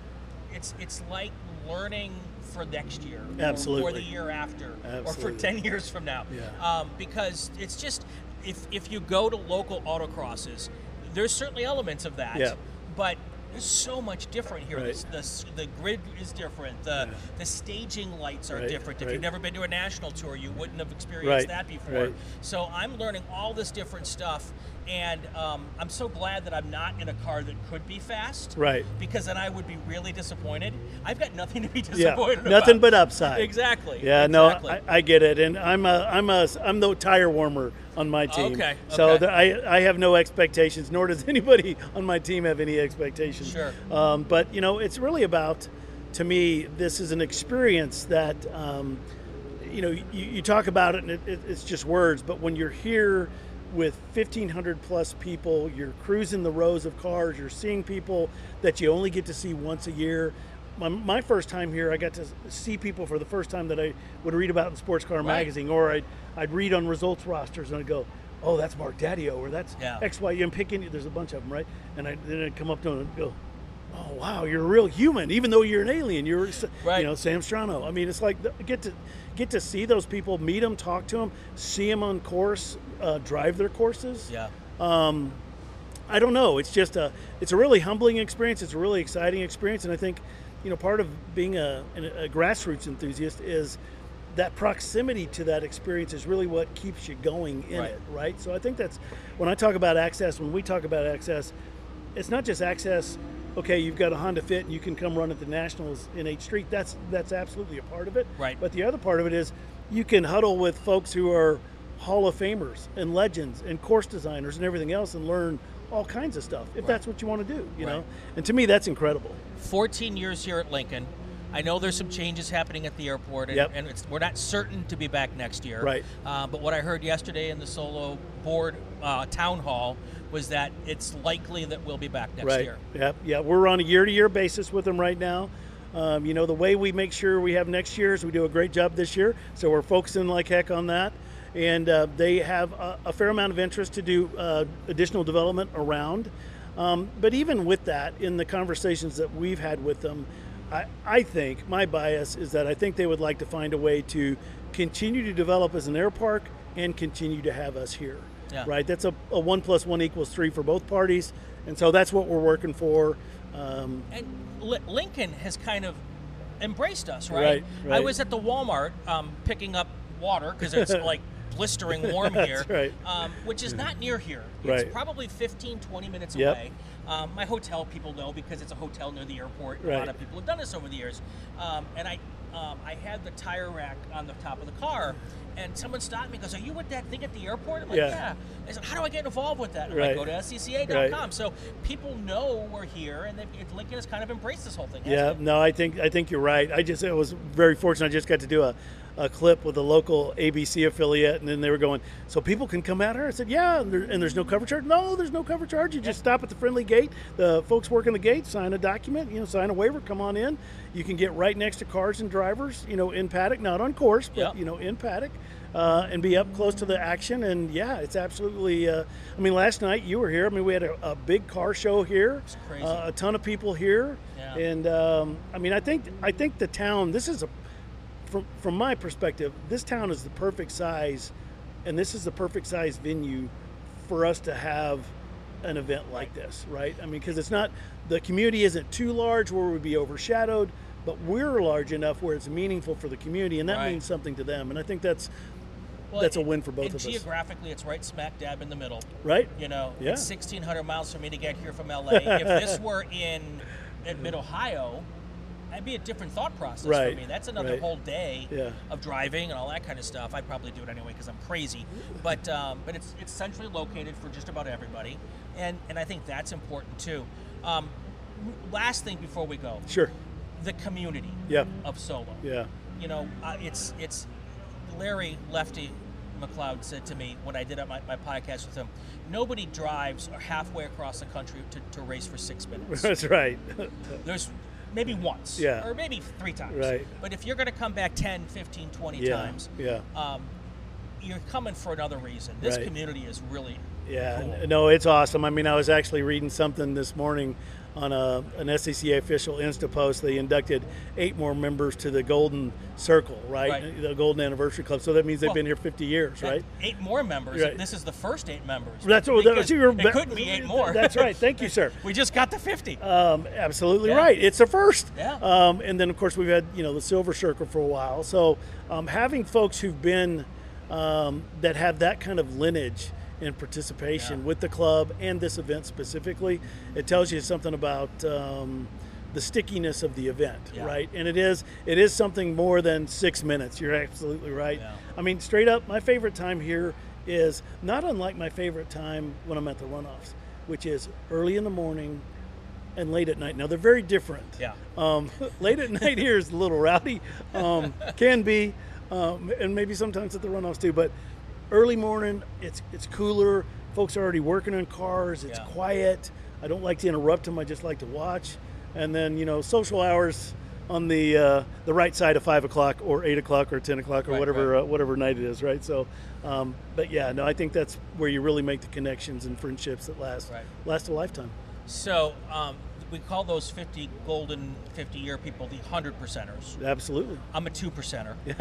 Speaker 1: it's, it's like learning for next year or- or the
Speaker 4: Absolutely.
Speaker 1: year after or for
Speaker 4: Absolutely.
Speaker 1: 10 10 years from now.
Speaker 4: Yeah.
Speaker 1: Um, because it's just, if, if you go to local autocrosses, there's certainly elements of that.
Speaker 4: Yeah.
Speaker 1: But there's so much different here.
Speaker 4: Right.
Speaker 1: This- this- The, grid is different. The, the staging lights are
Speaker 4: Right,
Speaker 1: different. If
Speaker 4: right.
Speaker 1: you've never been to a national tour, you wouldn't have experienced
Speaker 4: Right,
Speaker 1: that before.
Speaker 4: right.
Speaker 1: So I'm learning all this different stuff. And um, I'm so glad that I'm not in a car that could be fast.
Speaker 4: Right.
Speaker 1: Because then I would be really disappointed. I've got nothing to be
Speaker 4: yeah,
Speaker 1: disappointed about.
Speaker 4: nothing but upside.
Speaker 1: Exactly.
Speaker 4: Yeah,
Speaker 1: exactly.
Speaker 4: no, I, I get it, and I'm a, I'm a, I'm the tire warmer on my team.
Speaker 1: Okay,
Speaker 4: So
Speaker 1: okay.
Speaker 4: the, I, I have no expectations, nor does anybody on my team have any expectations.
Speaker 1: Sure.
Speaker 4: Um, but you know, it's really about, to me, this is an experience that, um, you know, you, you talk about it, and it, it, it's just words. But when you're here with 1,500 plus people, you're cruising the rows of cars, you're seeing people that you only get to see once a year. My, my first time here, I got to see people for the first time that I would read about in sports car magazine, or I'd, I'd read on results rosters, and I'd go. Oh, that's Mark Daddio, or that's
Speaker 1: Yeah.
Speaker 4: X, Y, I'm picking. There's a bunch of them, right? And I then I'd come up to him and go, "Oh wow, you're a real human, even though you're an alien. You're, s-
Speaker 1: Right.
Speaker 4: you know, Sam Strano. I mean, it's like the, get to get to see those people, meet them, talk to them, see them on course, uh, drive their courses.
Speaker 1: yeah.
Speaker 4: I don't know. It's just a it's a really humbling experience. It's a really exciting experience, and I think you know part of being a, an- a grassroots enthusiast is that proximity to that experience is really what keeps you going in
Speaker 1: Right.
Speaker 4: it, right? So I think that's when I talk about access. When we talk about access, it's not just access. Okay, you've got a Honda Fit, and you can come run at the Nationals in H Street. That's that's absolutely a part of it.
Speaker 1: Right.
Speaker 4: But the other part of it is you can huddle with folks who are Hall of Famers and legends and course designers and everything else and learn all kinds of stuff if that's what you want to do, you know?
Speaker 1: Right.
Speaker 4: And to me, that's incredible.
Speaker 1: 14 years here at Lincoln. I know there's some changes happening at the airport, and,
Speaker 4: Yep.
Speaker 1: and it's, we're not certain to be back next year.
Speaker 4: Right.
Speaker 1: Uh, but what I heard yesterday in the solo board uh, town hall was that it's likely that we'll be back next year.
Speaker 4: Yep. Yeah. We're on a year to year basis with them right now. Um, you know, the way we make sure we have next year is we do a great job this year. So we're focusing like heck on that. And uh, they have a, a fair amount of interest to do uh, additional development around. Um, but even with that, in the conversations that we've had with them, I, I think my bias is that I think they would like to find a way to continue to develop as an air park and continue to have us here
Speaker 1: Yeah.
Speaker 4: right? That's a, a one plus one equals three for both parties, and so that's what we're working for. Um,
Speaker 1: And Li- Lincoln has kind of embraced us, right?
Speaker 4: Right, right.
Speaker 1: I was at the Walmart um, picking up water because it's like blistering warm here,
Speaker 4: right.
Speaker 1: um, which is not near here. It's
Speaker 4: Right.
Speaker 1: probably 15, 20 minutes
Speaker 4: Yep.
Speaker 1: away. Um, my hotel people know because it's a hotel near the airport. A lot
Speaker 4: Right.
Speaker 1: of people have done this over the years. Um, and I, um, I had the tire rack on the top of the car, and someone stopped me and goes, Are you with that thing at the airport? I'm like,
Speaker 4: Yeah.
Speaker 1: Yeah. I said, How do I get involved with that? I'm
Speaker 4: Right.
Speaker 1: like, Go to scca.com.
Speaker 4: Right.
Speaker 1: So people know we're here, and they've, Lincoln has kind of embraced this whole thing. hasn't
Speaker 4: Yeah,
Speaker 1: it?
Speaker 4: no, I think I think you're right. I just I was very fortunate. I just got to do a, a clip with a local ABC affiliate, and then they were going, so people can come out here. I said, yeah, and, there, and there's no cover charge. No, there's no cover charge. You just stop at the friendly gate. The folks working the gate sign a document, you know, sign a waiver, come on in. You can get right next to cars and drivers, you know, in paddock, not on course, but
Speaker 1: Yep.
Speaker 4: you know, in paddock. Uh, and be up close to the action, and yeah, it's absolutely. Uh, I mean, last night you were here. I mean, we had a, a big car show here. uh, It's
Speaker 1: crazy.
Speaker 4: a ton of people here,
Speaker 1: Yeah.
Speaker 4: and um, I mean, I think I think the town. This is a, from from my perspective, this town is the perfect size, and this is the perfect size venue for us to have an event like this, right? I mean, because it's not the community isn't too large where we'd be overshadowed, but we're large enough where it's meaningful for the community, and that
Speaker 1: Right.
Speaker 4: means something to them. And I think that's
Speaker 1: Well,
Speaker 4: that's a
Speaker 1: it-
Speaker 4: win for both
Speaker 1: and
Speaker 4: of us.
Speaker 1: Geographically, it's right smack dab in the middle.
Speaker 4: right.
Speaker 1: You know,
Speaker 4: Yeah.
Speaker 1: it's 1,600 miles for me to get here from LA. if this were in at Mid Ohio, that'd be a different thought process
Speaker 4: Right,
Speaker 1: for me. That's another
Speaker 4: right.
Speaker 1: whole day
Speaker 4: Yeah.
Speaker 1: of driving and all that kind of stuff. I'd probably do it anyway because I'm crazy. But um, but it's it's centrally located for just about everybody, and and I think that's important too. Um, last thing before we go,
Speaker 4: Sure.
Speaker 1: the community
Speaker 4: Yeah.
Speaker 1: of solo.
Speaker 4: Yeah.
Speaker 1: you know, uh, it's it's Larry Lefty McLeod said to me when I did my, my podcast with him, nobody drives or halfway across the country to, to race for six minutes.
Speaker 4: That's right.
Speaker 1: There's maybe once
Speaker 4: Yeah.
Speaker 1: or maybe three times.
Speaker 4: Right.
Speaker 1: But if you're going to come back 10, 15, 20
Speaker 4: Yeah,
Speaker 1: times,
Speaker 4: yeah.
Speaker 1: um, you're coming for another reason. This
Speaker 4: Right.
Speaker 1: community is really
Speaker 4: Yeah,
Speaker 1: cool.
Speaker 4: n- no, it's awesome. I mean, I was actually reading something this morning on a, an SCCA official Insta post. They inducted eight more members to the Golden Circle, right?
Speaker 1: Right.
Speaker 4: The Golden Anniversary Club. So that means they've
Speaker 1: Well,
Speaker 4: been here 50 years, right?
Speaker 1: Eight more members.
Speaker 4: Right.
Speaker 1: This is the first eight members.
Speaker 4: That's what that
Speaker 1: Because
Speaker 4: was. you were-
Speaker 1: It couldn't be eight more.
Speaker 4: That's right. Thank you, sir.
Speaker 1: we just got to 50.
Speaker 4: Um, absolutely
Speaker 1: Yeah.
Speaker 4: right. It's the first.
Speaker 1: Yeah.
Speaker 4: Um, and then of course we've had you know the silver circle for a while. So um, having folks who've been um, that have that kind of lineage and participation with the club and this event specifically, it tells you something about um, the stickiness of the event,
Speaker 1: Yeah.
Speaker 4: right? And it is it is something more than six minutes. You're absolutely right.
Speaker 1: Yeah.
Speaker 4: I mean, straight up, my favorite time here is not unlike my favorite time when I'm at the runoffs, which is early in the morning and late at night. Now they're very different.
Speaker 1: Yeah.
Speaker 4: Um, late at night here is a little rowdy, um, can be, um, and maybe sometimes at the runoffs too. But early morning, it's it's cooler. Folks are already working on cars. It's
Speaker 1: Yeah.
Speaker 4: quiet. I don't like to interrupt them. I just like to watch. And then you know, social hours on the uh, the right side of five o'clock or eight o'clock or ten o'clock or
Speaker 1: Right,
Speaker 4: whatever
Speaker 1: right.
Speaker 4: uh, whatever night it is, right? So, um, but yeah, no, I think that's where you really make the connections and friendships that last
Speaker 1: Right.
Speaker 4: last a lifetime.
Speaker 1: So um, we call those 50 golden 50 year people the 100 percenters.
Speaker 4: Absolutely.
Speaker 1: I'm a 2 percenter.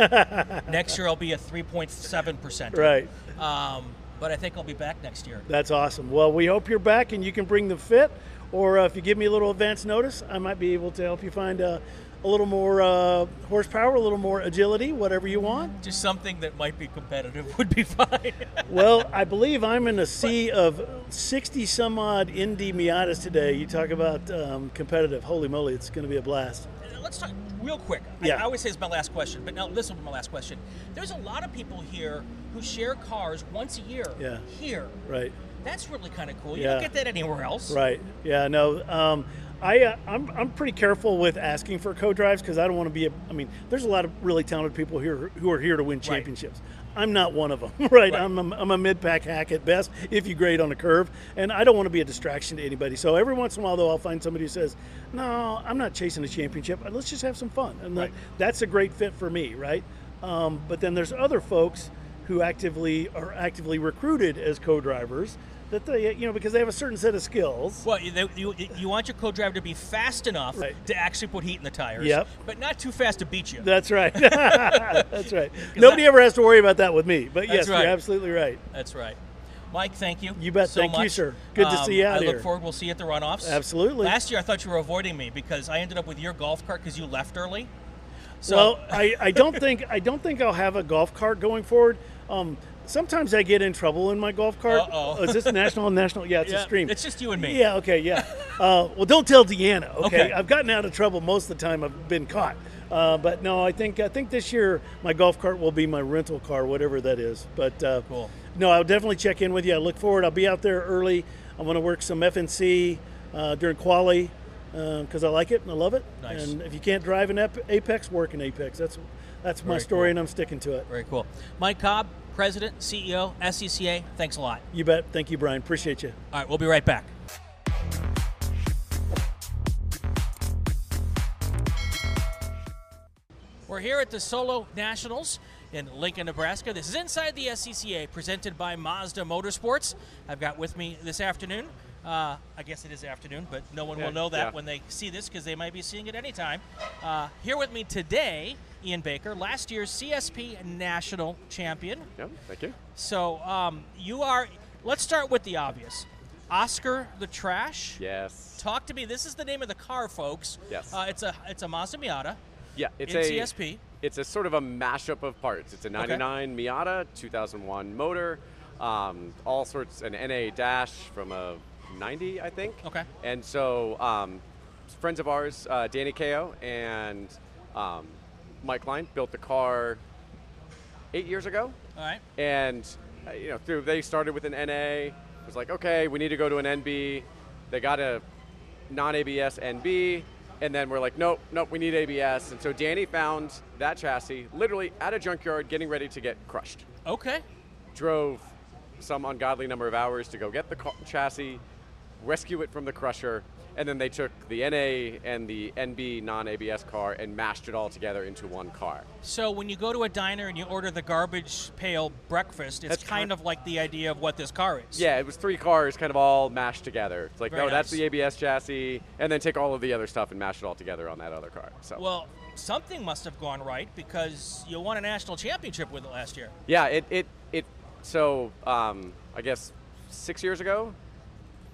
Speaker 1: next year I'll be a 3.7 percenter.
Speaker 4: Right.
Speaker 1: Um, but I think I'll be back next year.
Speaker 4: That's awesome. Well, we hope you're back and you can bring the fit, or uh, if you give me a little advance notice, I might be able to help you find uh, a little more uh, horsepower, a little more agility, whatever you want.
Speaker 1: Just something that might be competitive would be fine.
Speaker 4: well, I believe I'm in a sea of 60 some odd ND Miatas today. You talk about um, competitive. Holy moly, it's going to be a blast.
Speaker 1: Let's talk real quick.
Speaker 4: Yeah.
Speaker 1: I, I always say it's my last question, but now this will be my last question. There's a lot of people here who share cars once a year.
Speaker 4: Yeah.
Speaker 1: Here.
Speaker 4: Right.
Speaker 1: That's really kind of cool. You
Speaker 4: Yeah.
Speaker 1: don't get that anywhere else.
Speaker 4: Right. Yeah. No. Um, I uh, I'm I'm pretty careful with asking for co-drives because I don't want to be. A, I mean, there's a lot of really talented people here who are here to win championships. I'm not one of them, right? I'm, a, I'm a mid-pack hack at best if you grade on a curve, and I don't want to be a distraction to anybody. So every once in a while, though, I'll find somebody who says, "No, I'm not chasing a championship. Let's just have some fun," and like, that's a great fit for me, right? Um, but then there's other folks who actively are actively recruited as co-drivers that they you know because they have a certain set of skills
Speaker 1: Well, you, they- you, you want your co-driver to be fast enough
Speaker 4: Right.
Speaker 1: to actually put heat in the tires,
Speaker 4: Yep.
Speaker 1: but not too fast to beat you.
Speaker 4: That's right. That's right. Nobody ever has to worry about that with me. But yes,
Speaker 1: That's right.
Speaker 4: you're absolutely right.
Speaker 1: That's right. Mike, thank you.
Speaker 4: You bet.
Speaker 1: So
Speaker 4: Thank you,
Speaker 1: much. Um,
Speaker 4: sir. Good to see you out
Speaker 1: I
Speaker 4: here.
Speaker 1: look forward. We'll see you at the runoffs.
Speaker 4: Absolutely.
Speaker 1: Last year, I thought you were avoiding me because I ended up with your golf cart because you left early. So
Speaker 4: well, I, I don't think I don't think I'll have a golf cart going forward. Um, sometimes I get in trouble in my golf cart.
Speaker 1: Uh-oh.
Speaker 4: is this national? National? Yeah, it's
Speaker 1: yeah,
Speaker 4: a stream.
Speaker 1: It's just you and me.
Speaker 4: Yeah. Okay. Yeah. Uh, well, don't tell Deanna. Okay?
Speaker 1: Okay.
Speaker 4: I've gotten out of trouble most of the time. I've been caught. Uh, but no, I think I think this year my golf cart will be my rental car, whatever that is. But uh,
Speaker 1: Cool.
Speaker 4: no, I'll definitely check in with you. I look forward. I'll be out there early. I'm going to work some FNC uh, during quali because I like it and I love it.
Speaker 1: Nice.
Speaker 4: And if you can't drive an Ap- Apex, work in Apex. That's that's my
Speaker 1: Very
Speaker 4: story,
Speaker 1: cool.
Speaker 4: and I'm sticking to it.
Speaker 1: Very cool. Mike Cobb, President, E CEO, SCCA. Thanks a lot.
Speaker 4: You bet. Thank you, Brian. Appreciate you.
Speaker 1: All right, we'll be right back. We're here at the Solo Nationals in Lincoln, Nebraska. This is Inside the SCCA, presented by Mazda Motorsports. I've got with me this afternoon. Uh, I guess it is afternoon, but no one will know that
Speaker 5: yeah.
Speaker 1: when they see this because they might be seeing it anytime. Uh, here with me today, Ian Baker, last year's CSP National Champion.
Speaker 5: Yeah, thank you.
Speaker 1: So um, you are. Let's start with the obvious. Oscar the Trash.
Speaker 5: Yes.
Speaker 1: Talk to me. This is the name of the car, folks.
Speaker 5: Yes.
Speaker 1: Uh, it's a it's a Mazda Miata.
Speaker 5: Yeah, it's
Speaker 1: in
Speaker 5: a
Speaker 1: CSP.
Speaker 5: It's a sort of a mashup of parts. It's a 99 Miata, 2001 motor, um, all sorts, an NA dash from a 90, I think.
Speaker 1: Okay.
Speaker 5: And so, um, friends of ours, uh, Danny Kao and um, Mike Line, built the car eight years ago.
Speaker 1: All right.
Speaker 5: and uh, you know through they started with an NA. It was like okay, we need to go to an NB. They got a non-ABS NB, and then we're like, nope, nope, we need ABS. And so Danny found that chassis literally at a junkyard, getting ready to get crushed.
Speaker 1: Okay.
Speaker 5: Drove some ungodly number of hours to go get the ca- chassis, rescue it from the crusher, and then they took the NA and the NB non-ABS car and mashed it all together into one car.
Speaker 1: So when you go to a diner and you order the garbage pail breakfast, it's
Speaker 5: That's cor-
Speaker 1: kind of like the idea of what this car is.
Speaker 5: Yeah, it was three cars kind of all mashed together. It's like,
Speaker 1: Very
Speaker 5: no, that's
Speaker 1: nice.
Speaker 5: the ABS chassis, and then take all of the other stuff and mash it all together on that other car. So
Speaker 1: Well, something must have gone right because you won a national championship with it last year.
Speaker 5: yeah, it it it. So um, I guess six years ago,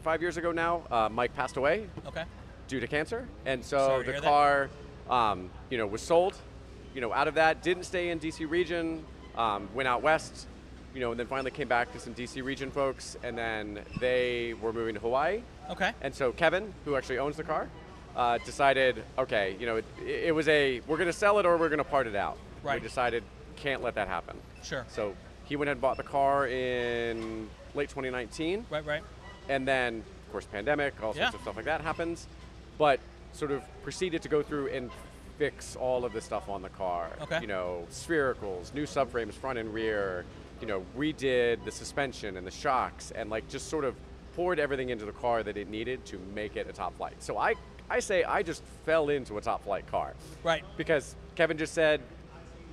Speaker 5: five years ago now, uh, Mike passed away
Speaker 1: Okay.
Speaker 5: due to cancer, and so
Speaker 1: Sorry to
Speaker 5: the
Speaker 1: hear that.
Speaker 5: car, um, you know, was sold. You know, out of that, didn't stay in DC region, um, went out west. You know, and then finally came back to some DC region folks, and then they were moving to Hawaii.
Speaker 1: Okay.
Speaker 5: And so Kevin, who actually owns the car, uh, decided, okay, you know, it, it was a we're going to sell it or we're going to part it out.
Speaker 1: Right.
Speaker 5: We decided can't let that happen.
Speaker 1: Sure.
Speaker 5: So he went ahead and bought the car in late 2019,
Speaker 1: Right. Right.
Speaker 5: and then of course pandemic, all
Speaker 1: Yeah.
Speaker 5: sorts of stuff like that happens, but sort of proceeded to go through and fix all of the stuff on the car.
Speaker 1: Okay.
Speaker 5: You know, sphericals, new subframes, front and rear. You know, redid the suspension and the shocks, and like just sort of poured everything into the car that it needed to make it a top flight. So I, I say I just fell into a top flight car
Speaker 1: Right.
Speaker 5: because Kevin just said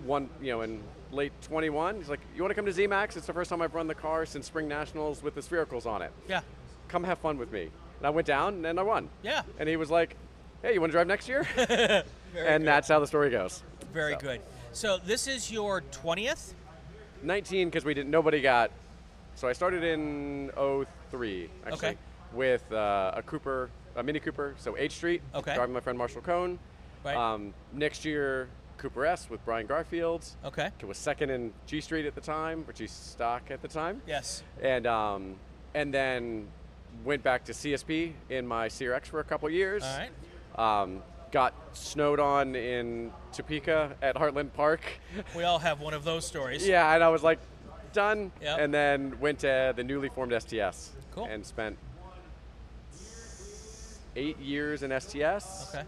Speaker 5: one, you know, in late 21, he's like, "You want to come to ZMAX? It's the first time I've run the car since Spring Nationals with the sphericals on it.
Speaker 1: Yeah.
Speaker 5: Come have fun with me." And I went down and I won.
Speaker 1: Yeah.
Speaker 5: And he was like, "Hey, you want to drive next year?" and that's how the story goes.
Speaker 1: Very
Speaker 5: So,
Speaker 1: good. So this is your twentieth.
Speaker 5: 19 because we didn't. Nobody got. So I started in 03 actually
Speaker 1: Okay.
Speaker 5: with uh, a Cooper, a Mini Cooper, so H Street.
Speaker 1: Okay.
Speaker 5: Driving my friend Marshall Cohn.
Speaker 1: Right.
Speaker 5: Um, next year, Cooper S with Brian Garfield.
Speaker 1: Okay.
Speaker 5: It was second in G Street at the time, or G Stock at the time.
Speaker 1: Yes.
Speaker 5: And um, and then went back to CSP in my CRX for a couple years.
Speaker 1: All right.
Speaker 5: Um, got snowed on in Topeka at Heartland Park.
Speaker 1: We all have one of those stories.
Speaker 5: yeah, and I was like, done.
Speaker 1: Yep.
Speaker 5: And then went to the newly formed STS.
Speaker 1: Cool.
Speaker 5: And spent eight years in STS
Speaker 1: Okay.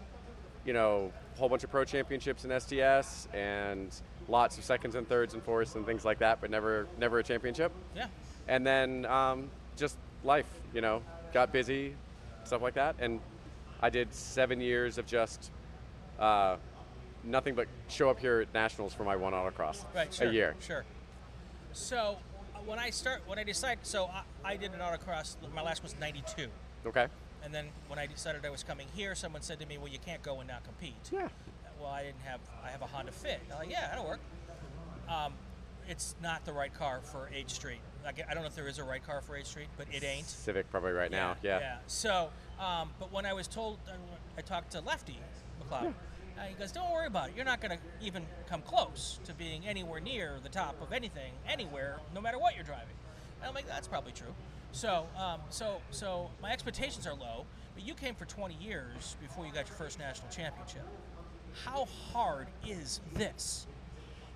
Speaker 5: you know, a whole bunch of pro championships in STS and lots of seconds and thirds and fourths and things like that, but never never a championship.
Speaker 1: Yeah.
Speaker 5: And then um, just life, you know, got busy, stuff like that. And I did seven years of just uh, nothing but show up here at nationals for my one autocross
Speaker 1: Right. Sure.
Speaker 5: a year.
Speaker 1: Sure. So uh, when I start, when I decide, so I, I did an autocross. My last was '92,
Speaker 5: Okay.
Speaker 1: and then when I decided I was coming here, someone said to me, "Well, you can't go and not compete."
Speaker 5: Yeah.
Speaker 1: Well, I didn't have. I have a Honda Fit. I'm like, yeah, that'll work. Um, it's not the right car for H Street. Like, I don't know if there is a right car for H Street, but it ain't.
Speaker 5: Civic probably right now. Yeah.
Speaker 1: uh, So, um, but when I was told, I, I talked to Lefty McLeod, Uh, he goes, "Don't worry about it. You're not going to even come close to being anywhere near the top of anything, anywhere, no matter what you're driving." And I'm like, "That's probably true." So, um, so, so my expectations are low. But you came for 20 years before you got your first national championship. How hard is this?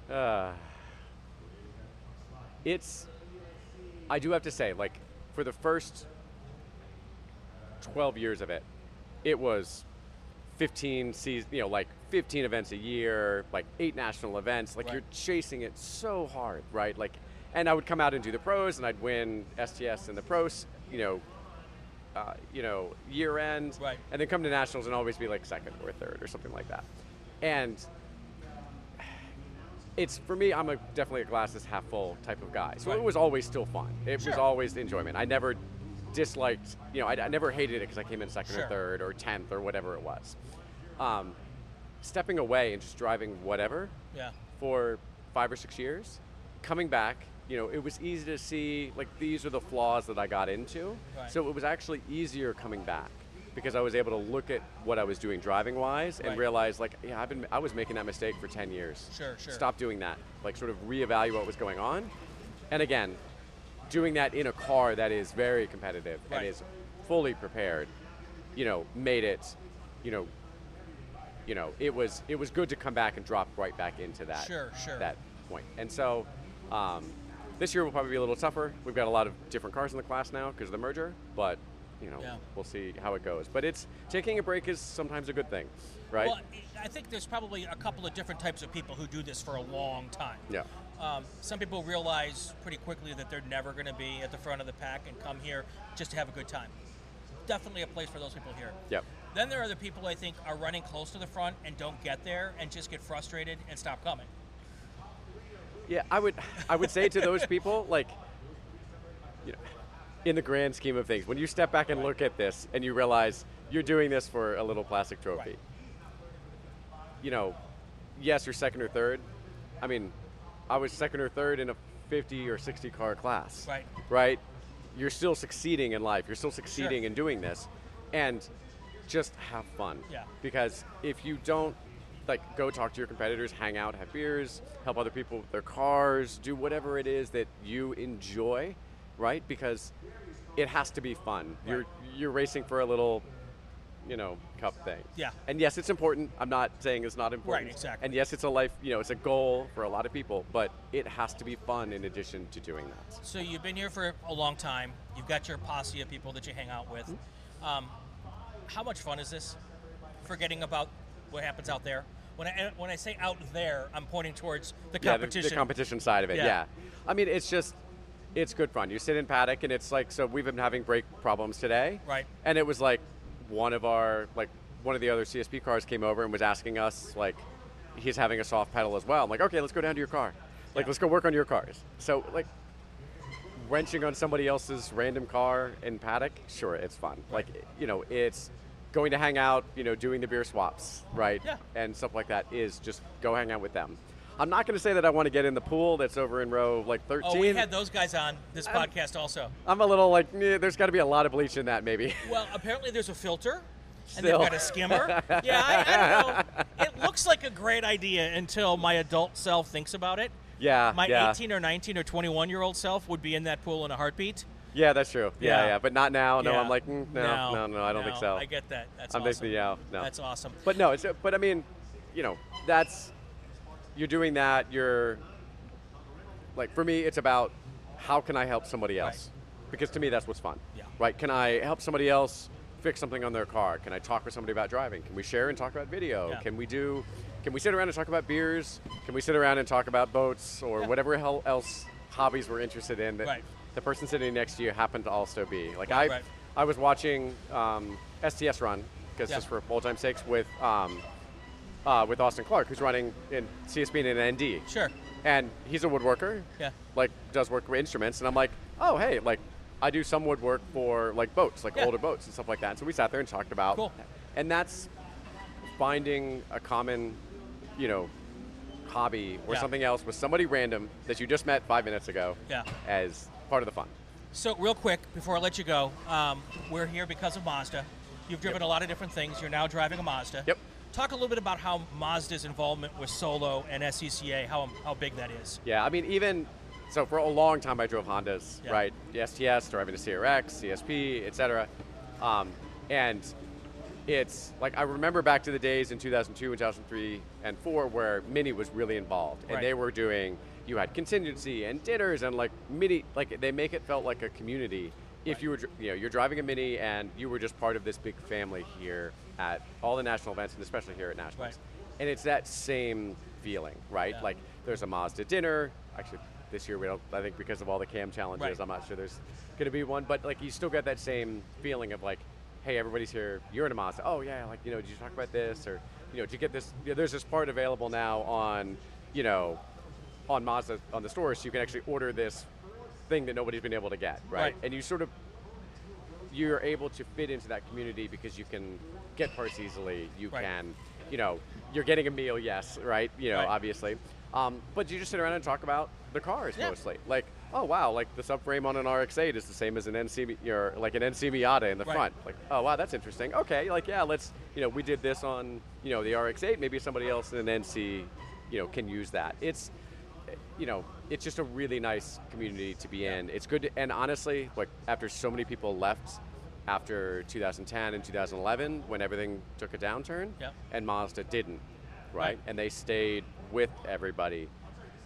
Speaker 5: Uh, it's. I do have to say, like, for the first 12 years of it, it was 15 season, you know, like 15 events a year, like eight national events. Like
Speaker 1: Right.
Speaker 5: you're chasing it so hard, right? Like, and I would come out and do the pros, and I'd win STS and the pros, you know, uh, you know, year end,
Speaker 1: Right.
Speaker 5: and then come to nationals and always be like second or third or something like that. And it's for me, I'm a definitely a glasses half full type of guy. So
Speaker 1: Right.
Speaker 5: it was always still fun. It was
Speaker 1: Sure.
Speaker 5: always enjoyment. I never disliked, you know, I, I never hated it because I came in second
Speaker 1: Sure.
Speaker 5: or third or tenth or whatever it was. Um, stepping away and just driving whatever
Speaker 1: Yeah.
Speaker 5: for five or six years, coming back, you know, it was easy to see like these are the flaws that I got into.
Speaker 1: Right.
Speaker 5: So it was actually easier coming back because I was able to look at what I was doing driving wise and
Speaker 1: Right.
Speaker 5: realize like yeah I've been I was making that mistake for 10 years.
Speaker 1: Sure, sure.
Speaker 5: Stop doing that. Like sort of reevaluate what was going on. And again, doing that in a car that is very competitive
Speaker 1: Right.
Speaker 5: and is fully prepared, you know, made it, you know, you know, it was it was good to come back and drop right back into that
Speaker 1: Sure, sure.
Speaker 5: that point. And so um, this year will probably be a little tougher. We've got a lot of different cars in the class now because of the merger, but you know,
Speaker 1: Yeah.
Speaker 5: we'll see how it goes. But it's taking a break is sometimes a good thing, right?
Speaker 1: Well, I- I think there's probably a couple of different types of people who do this for a long time.
Speaker 5: yeah.
Speaker 1: Um, some people realize pretty quickly that they're never going to be at the front of the pack and come here just to have a good time. Definitely a place for those people here.
Speaker 5: Yep.
Speaker 1: Then there are the people I think are running close to the front and don't get there and just get frustrated and stop coming.
Speaker 5: Yeah, I would I would say to those people like you know, in the grand scheme of things, when you step back and look at this and you realize you're doing this for a little plastic trophy.
Speaker 1: Right.
Speaker 5: You know, yes, you're second or third. I mean, I was second or third in a 50 or 60 car class.
Speaker 1: Right.
Speaker 5: Right? You're still succeeding in life. You're still succeeding
Speaker 1: Sure.
Speaker 5: in doing this. And just have fun
Speaker 1: Yeah.
Speaker 5: because if you don't like go talk to your competitors hang out have beers help other people with their cars do whatever it is that you enjoy right because it has to be fun you're you're racing for a little you know cup thing
Speaker 1: Yeah.
Speaker 5: and yes it's important i'm not saying it's not important
Speaker 1: exactly.
Speaker 5: and yes it's a life you know it's a goal for a lot of people but it has to be fun in addition to doing that
Speaker 1: So you've been here for a long time. You've got your posse of people that you hang out with. Um, how much fun is this? Forgetting about what happens out there. When I and when I say out there, I'm pointing towards the
Speaker 5: Yeah, the-
Speaker 1: competition.
Speaker 5: the, competition side of it.
Speaker 1: Yeah.
Speaker 5: Yeah. I mean, it's just, it's good fun. You sit in paddock, and it's like, so we've been having brake problems today.
Speaker 1: Right.
Speaker 5: And it was like, one of our, like, one of the other CSP cars came over and was asking us, like, he's having a soft pedal as well. I'm like, okay, let's go down to your car. Like,
Speaker 1: Yeah.
Speaker 5: let's go work on your cars. So, like, wrenching on somebody else's random car in paddock, sure, it's fun. Like, you know, it's going to hang out, you know, doing the beer swaps, right?
Speaker 1: Yeah.
Speaker 5: And stuff like that is just go hang out with them. I'm not going to say that I want to get in the pool that's over in row like 13.
Speaker 1: Oh, we had those guys on this podcast also.
Speaker 5: I'm a little like, "Meh, there's got to be a lot of bleach in that, maybe.
Speaker 1: Well, apparently there's a filter, and
Speaker 5: Still.
Speaker 1: they've got a skimmer. yeah, I, I don't know. It looks like a great idea until my adult self thinks about it.
Speaker 5: yeah.
Speaker 1: My
Speaker 5: yeah.
Speaker 1: 18 or 19 or 21 year old self would be in that pool in a heartbeat.
Speaker 5: Yeah, that's true. Yeah,
Speaker 1: Yeah.
Speaker 5: yeah, but not now. No,
Speaker 1: Yeah.
Speaker 5: I'm like, mm, no, no, no, I don't think so.
Speaker 1: I get that. That's
Speaker 5: I'm
Speaker 1: awesome.
Speaker 5: thinking, yeah, no.
Speaker 1: That's awesome.
Speaker 5: But no, it's but I mean, you know, that's you're doing that. You're like for me, it's about how can I help somebody else? Because to me, that's what's fun.
Speaker 1: Yeah.
Speaker 5: Right? Can I help somebody else fix something on their car? Can I talk with somebody about driving? Can we share and talk about video?
Speaker 1: Yeah.
Speaker 5: Can we do? Can we sit around and talk about beers? Can we sit around and talk about boats or whatever hell else hobbies we're interested in that
Speaker 1: Right.
Speaker 5: the person sitting next to you happened to also be like I.
Speaker 1: Right.
Speaker 5: I was watching um, STS run because
Speaker 1: Yeah.
Speaker 5: just for all time sakes with um, uh, with Austin Clark, who's running in CSB and in ND.
Speaker 1: Sure.
Speaker 5: And he's a woodworker.
Speaker 1: Yeah.
Speaker 5: Like does work with instruments, and I'm like, oh hey, like I do some woodwork for like boats, like
Speaker 1: Yeah.
Speaker 5: older boats and stuff like that. And so we sat there and talked about,
Speaker 1: Cool.
Speaker 5: and that's finding a common, you know, hobby or
Speaker 1: Yeah.
Speaker 5: something else with somebody random that you just met five minutes ago.
Speaker 1: Yeah.
Speaker 5: As part of the fun.
Speaker 1: So, real quick, before I let you go, um, we're here because of Mazda. You've driven a lot of different things. You're now driving a Mazda.
Speaker 5: Yep.
Speaker 1: Talk a little bit about how Mazda's involvement with Solo and SCCA, how, how big that is.
Speaker 5: Yeah, I mean, even so, for a long time, I drove Hondas,
Speaker 1: Yeah.
Speaker 5: right? The STS, driving a CRX, CSP, etc. Um, and it's like I remember back to the days in 2002 and 2003 and four where Mini was really involved, and
Speaker 1: Right.
Speaker 5: they were doing you had contingency and dinners and like Mini, like they make it felt like a community. If you were, dr- you know, you're driving a Mini and you were just part of this big family here at all the national events and especially here at nationals, and it's that same feeling, right?
Speaker 1: Yeah.
Speaker 5: Like there's a Mazda dinner. Actually, this year we don't. I think because of all the cam challenges,
Speaker 1: Right.
Speaker 5: I'm not sure there's going to be one. But like you still got that same feeling of like, hey, everybody's here. You're in a Mazda. Oh yeah. Like you know, did you talk about this or you know, did you get this? You know, there's this part available now on you know, on Mazda on the stores. You can actually order this thing that nobody's been able to get,
Speaker 1: Right.
Speaker 5: right? And you sort of you're able to fit into that community because you can get parts easily. You
Speaker 1: Right.
Speaker 5: can, you know, you're getting a meal, yes, right? You know,
Speaker 1: Right.
Speaker 5: obviously. Um, but you just sit around and talk about the cars
Speaker 1: Yeah.
Speaker 5: mostly. Like, oh wow, like the subframe on an RX-8 is the same as an NC, or like an NC Miata in the
Speaker 1: Right.
Speaker 5: front. Like, oh wow, that's interesting. Okay, like yeah, let's, you know, we did this on, you know, the RX-8. Maybe somebody else in an NC, you know, can use that. It's you know, it's just a really nice community to be in. It's good, to, and honestly, like after so many people left after 2010 and 2011, when everything took a downturn,
Speaker 1: Yep.
Speaker 5: and Mazda didn't,
Speaker 1: Right.
Speaker 5: right? And they stayed with everybody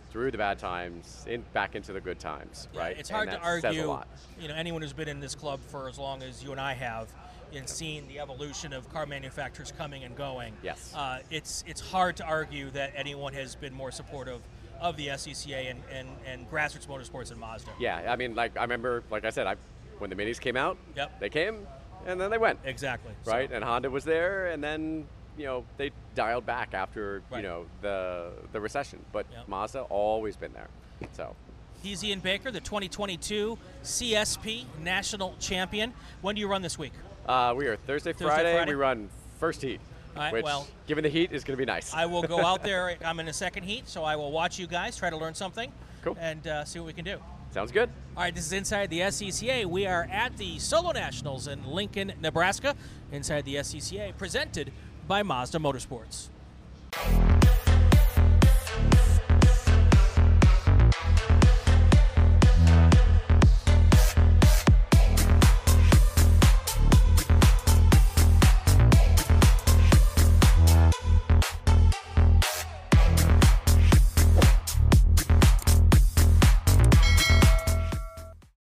Speaker 5: through the bad times, in back into the good times, right?
Speaker 1: It's
Speaker 5: And
Speaker 1: hard
Speaker 5: that
Speaker 1: to argue.
Speaker 5: Says a lot.
Speaker 1: You know, anyone who's been in this club for as long as you and I have, and seen the evolution of car manufacturers coming and going.
Speaker 5: Yes.
Speaker 1: Uh, it's it's hard to argue that anyone has been more supportive of the SCCA and and, and grassroots motorsports and Mazda.
Speaker 5: Yeah, I mean, like I remember, like I said, I when the minis came out,
Speaker 1: Yep.
Speaker 5: they came, and then they went.
Speaker 1: Exactly. So-
Speaker 5: right? And Honda was there, and then you know they dialed back after
Speaker 1: Right.
Speaker 5: you know the the recession. But
Speaker 1: Yep.
Speaker 5: Mazda always been there. So
Speaker 1: He's Ian Baker, the 2022 CSP National Champion. When do you run this week?
Speaker 5: uh, we are Thursday,
Speaker 1: Thursday,
Speaker 5: Friday,
Speaker 1: Friday.
Speaker 5: We run first heat,
Speaker 1: All right,
Speaker 5: which
Speaker 1: well-
Speaker 5: given the heat is going to be nice.
Speaker 1: I will go out there. I'm in a second heat, so I will watch you guys, try to learn something,
Speaker 5: Cool.
Speaker 1: and uh, see what we can do.
Speaker 5: Sounds good.
Speaker 1: All right, this is Inside the SCCA. We are at the Solo E Nationals in Lincoln, Nebraska. Inside the SCCA, presented by Mazda Motorsports.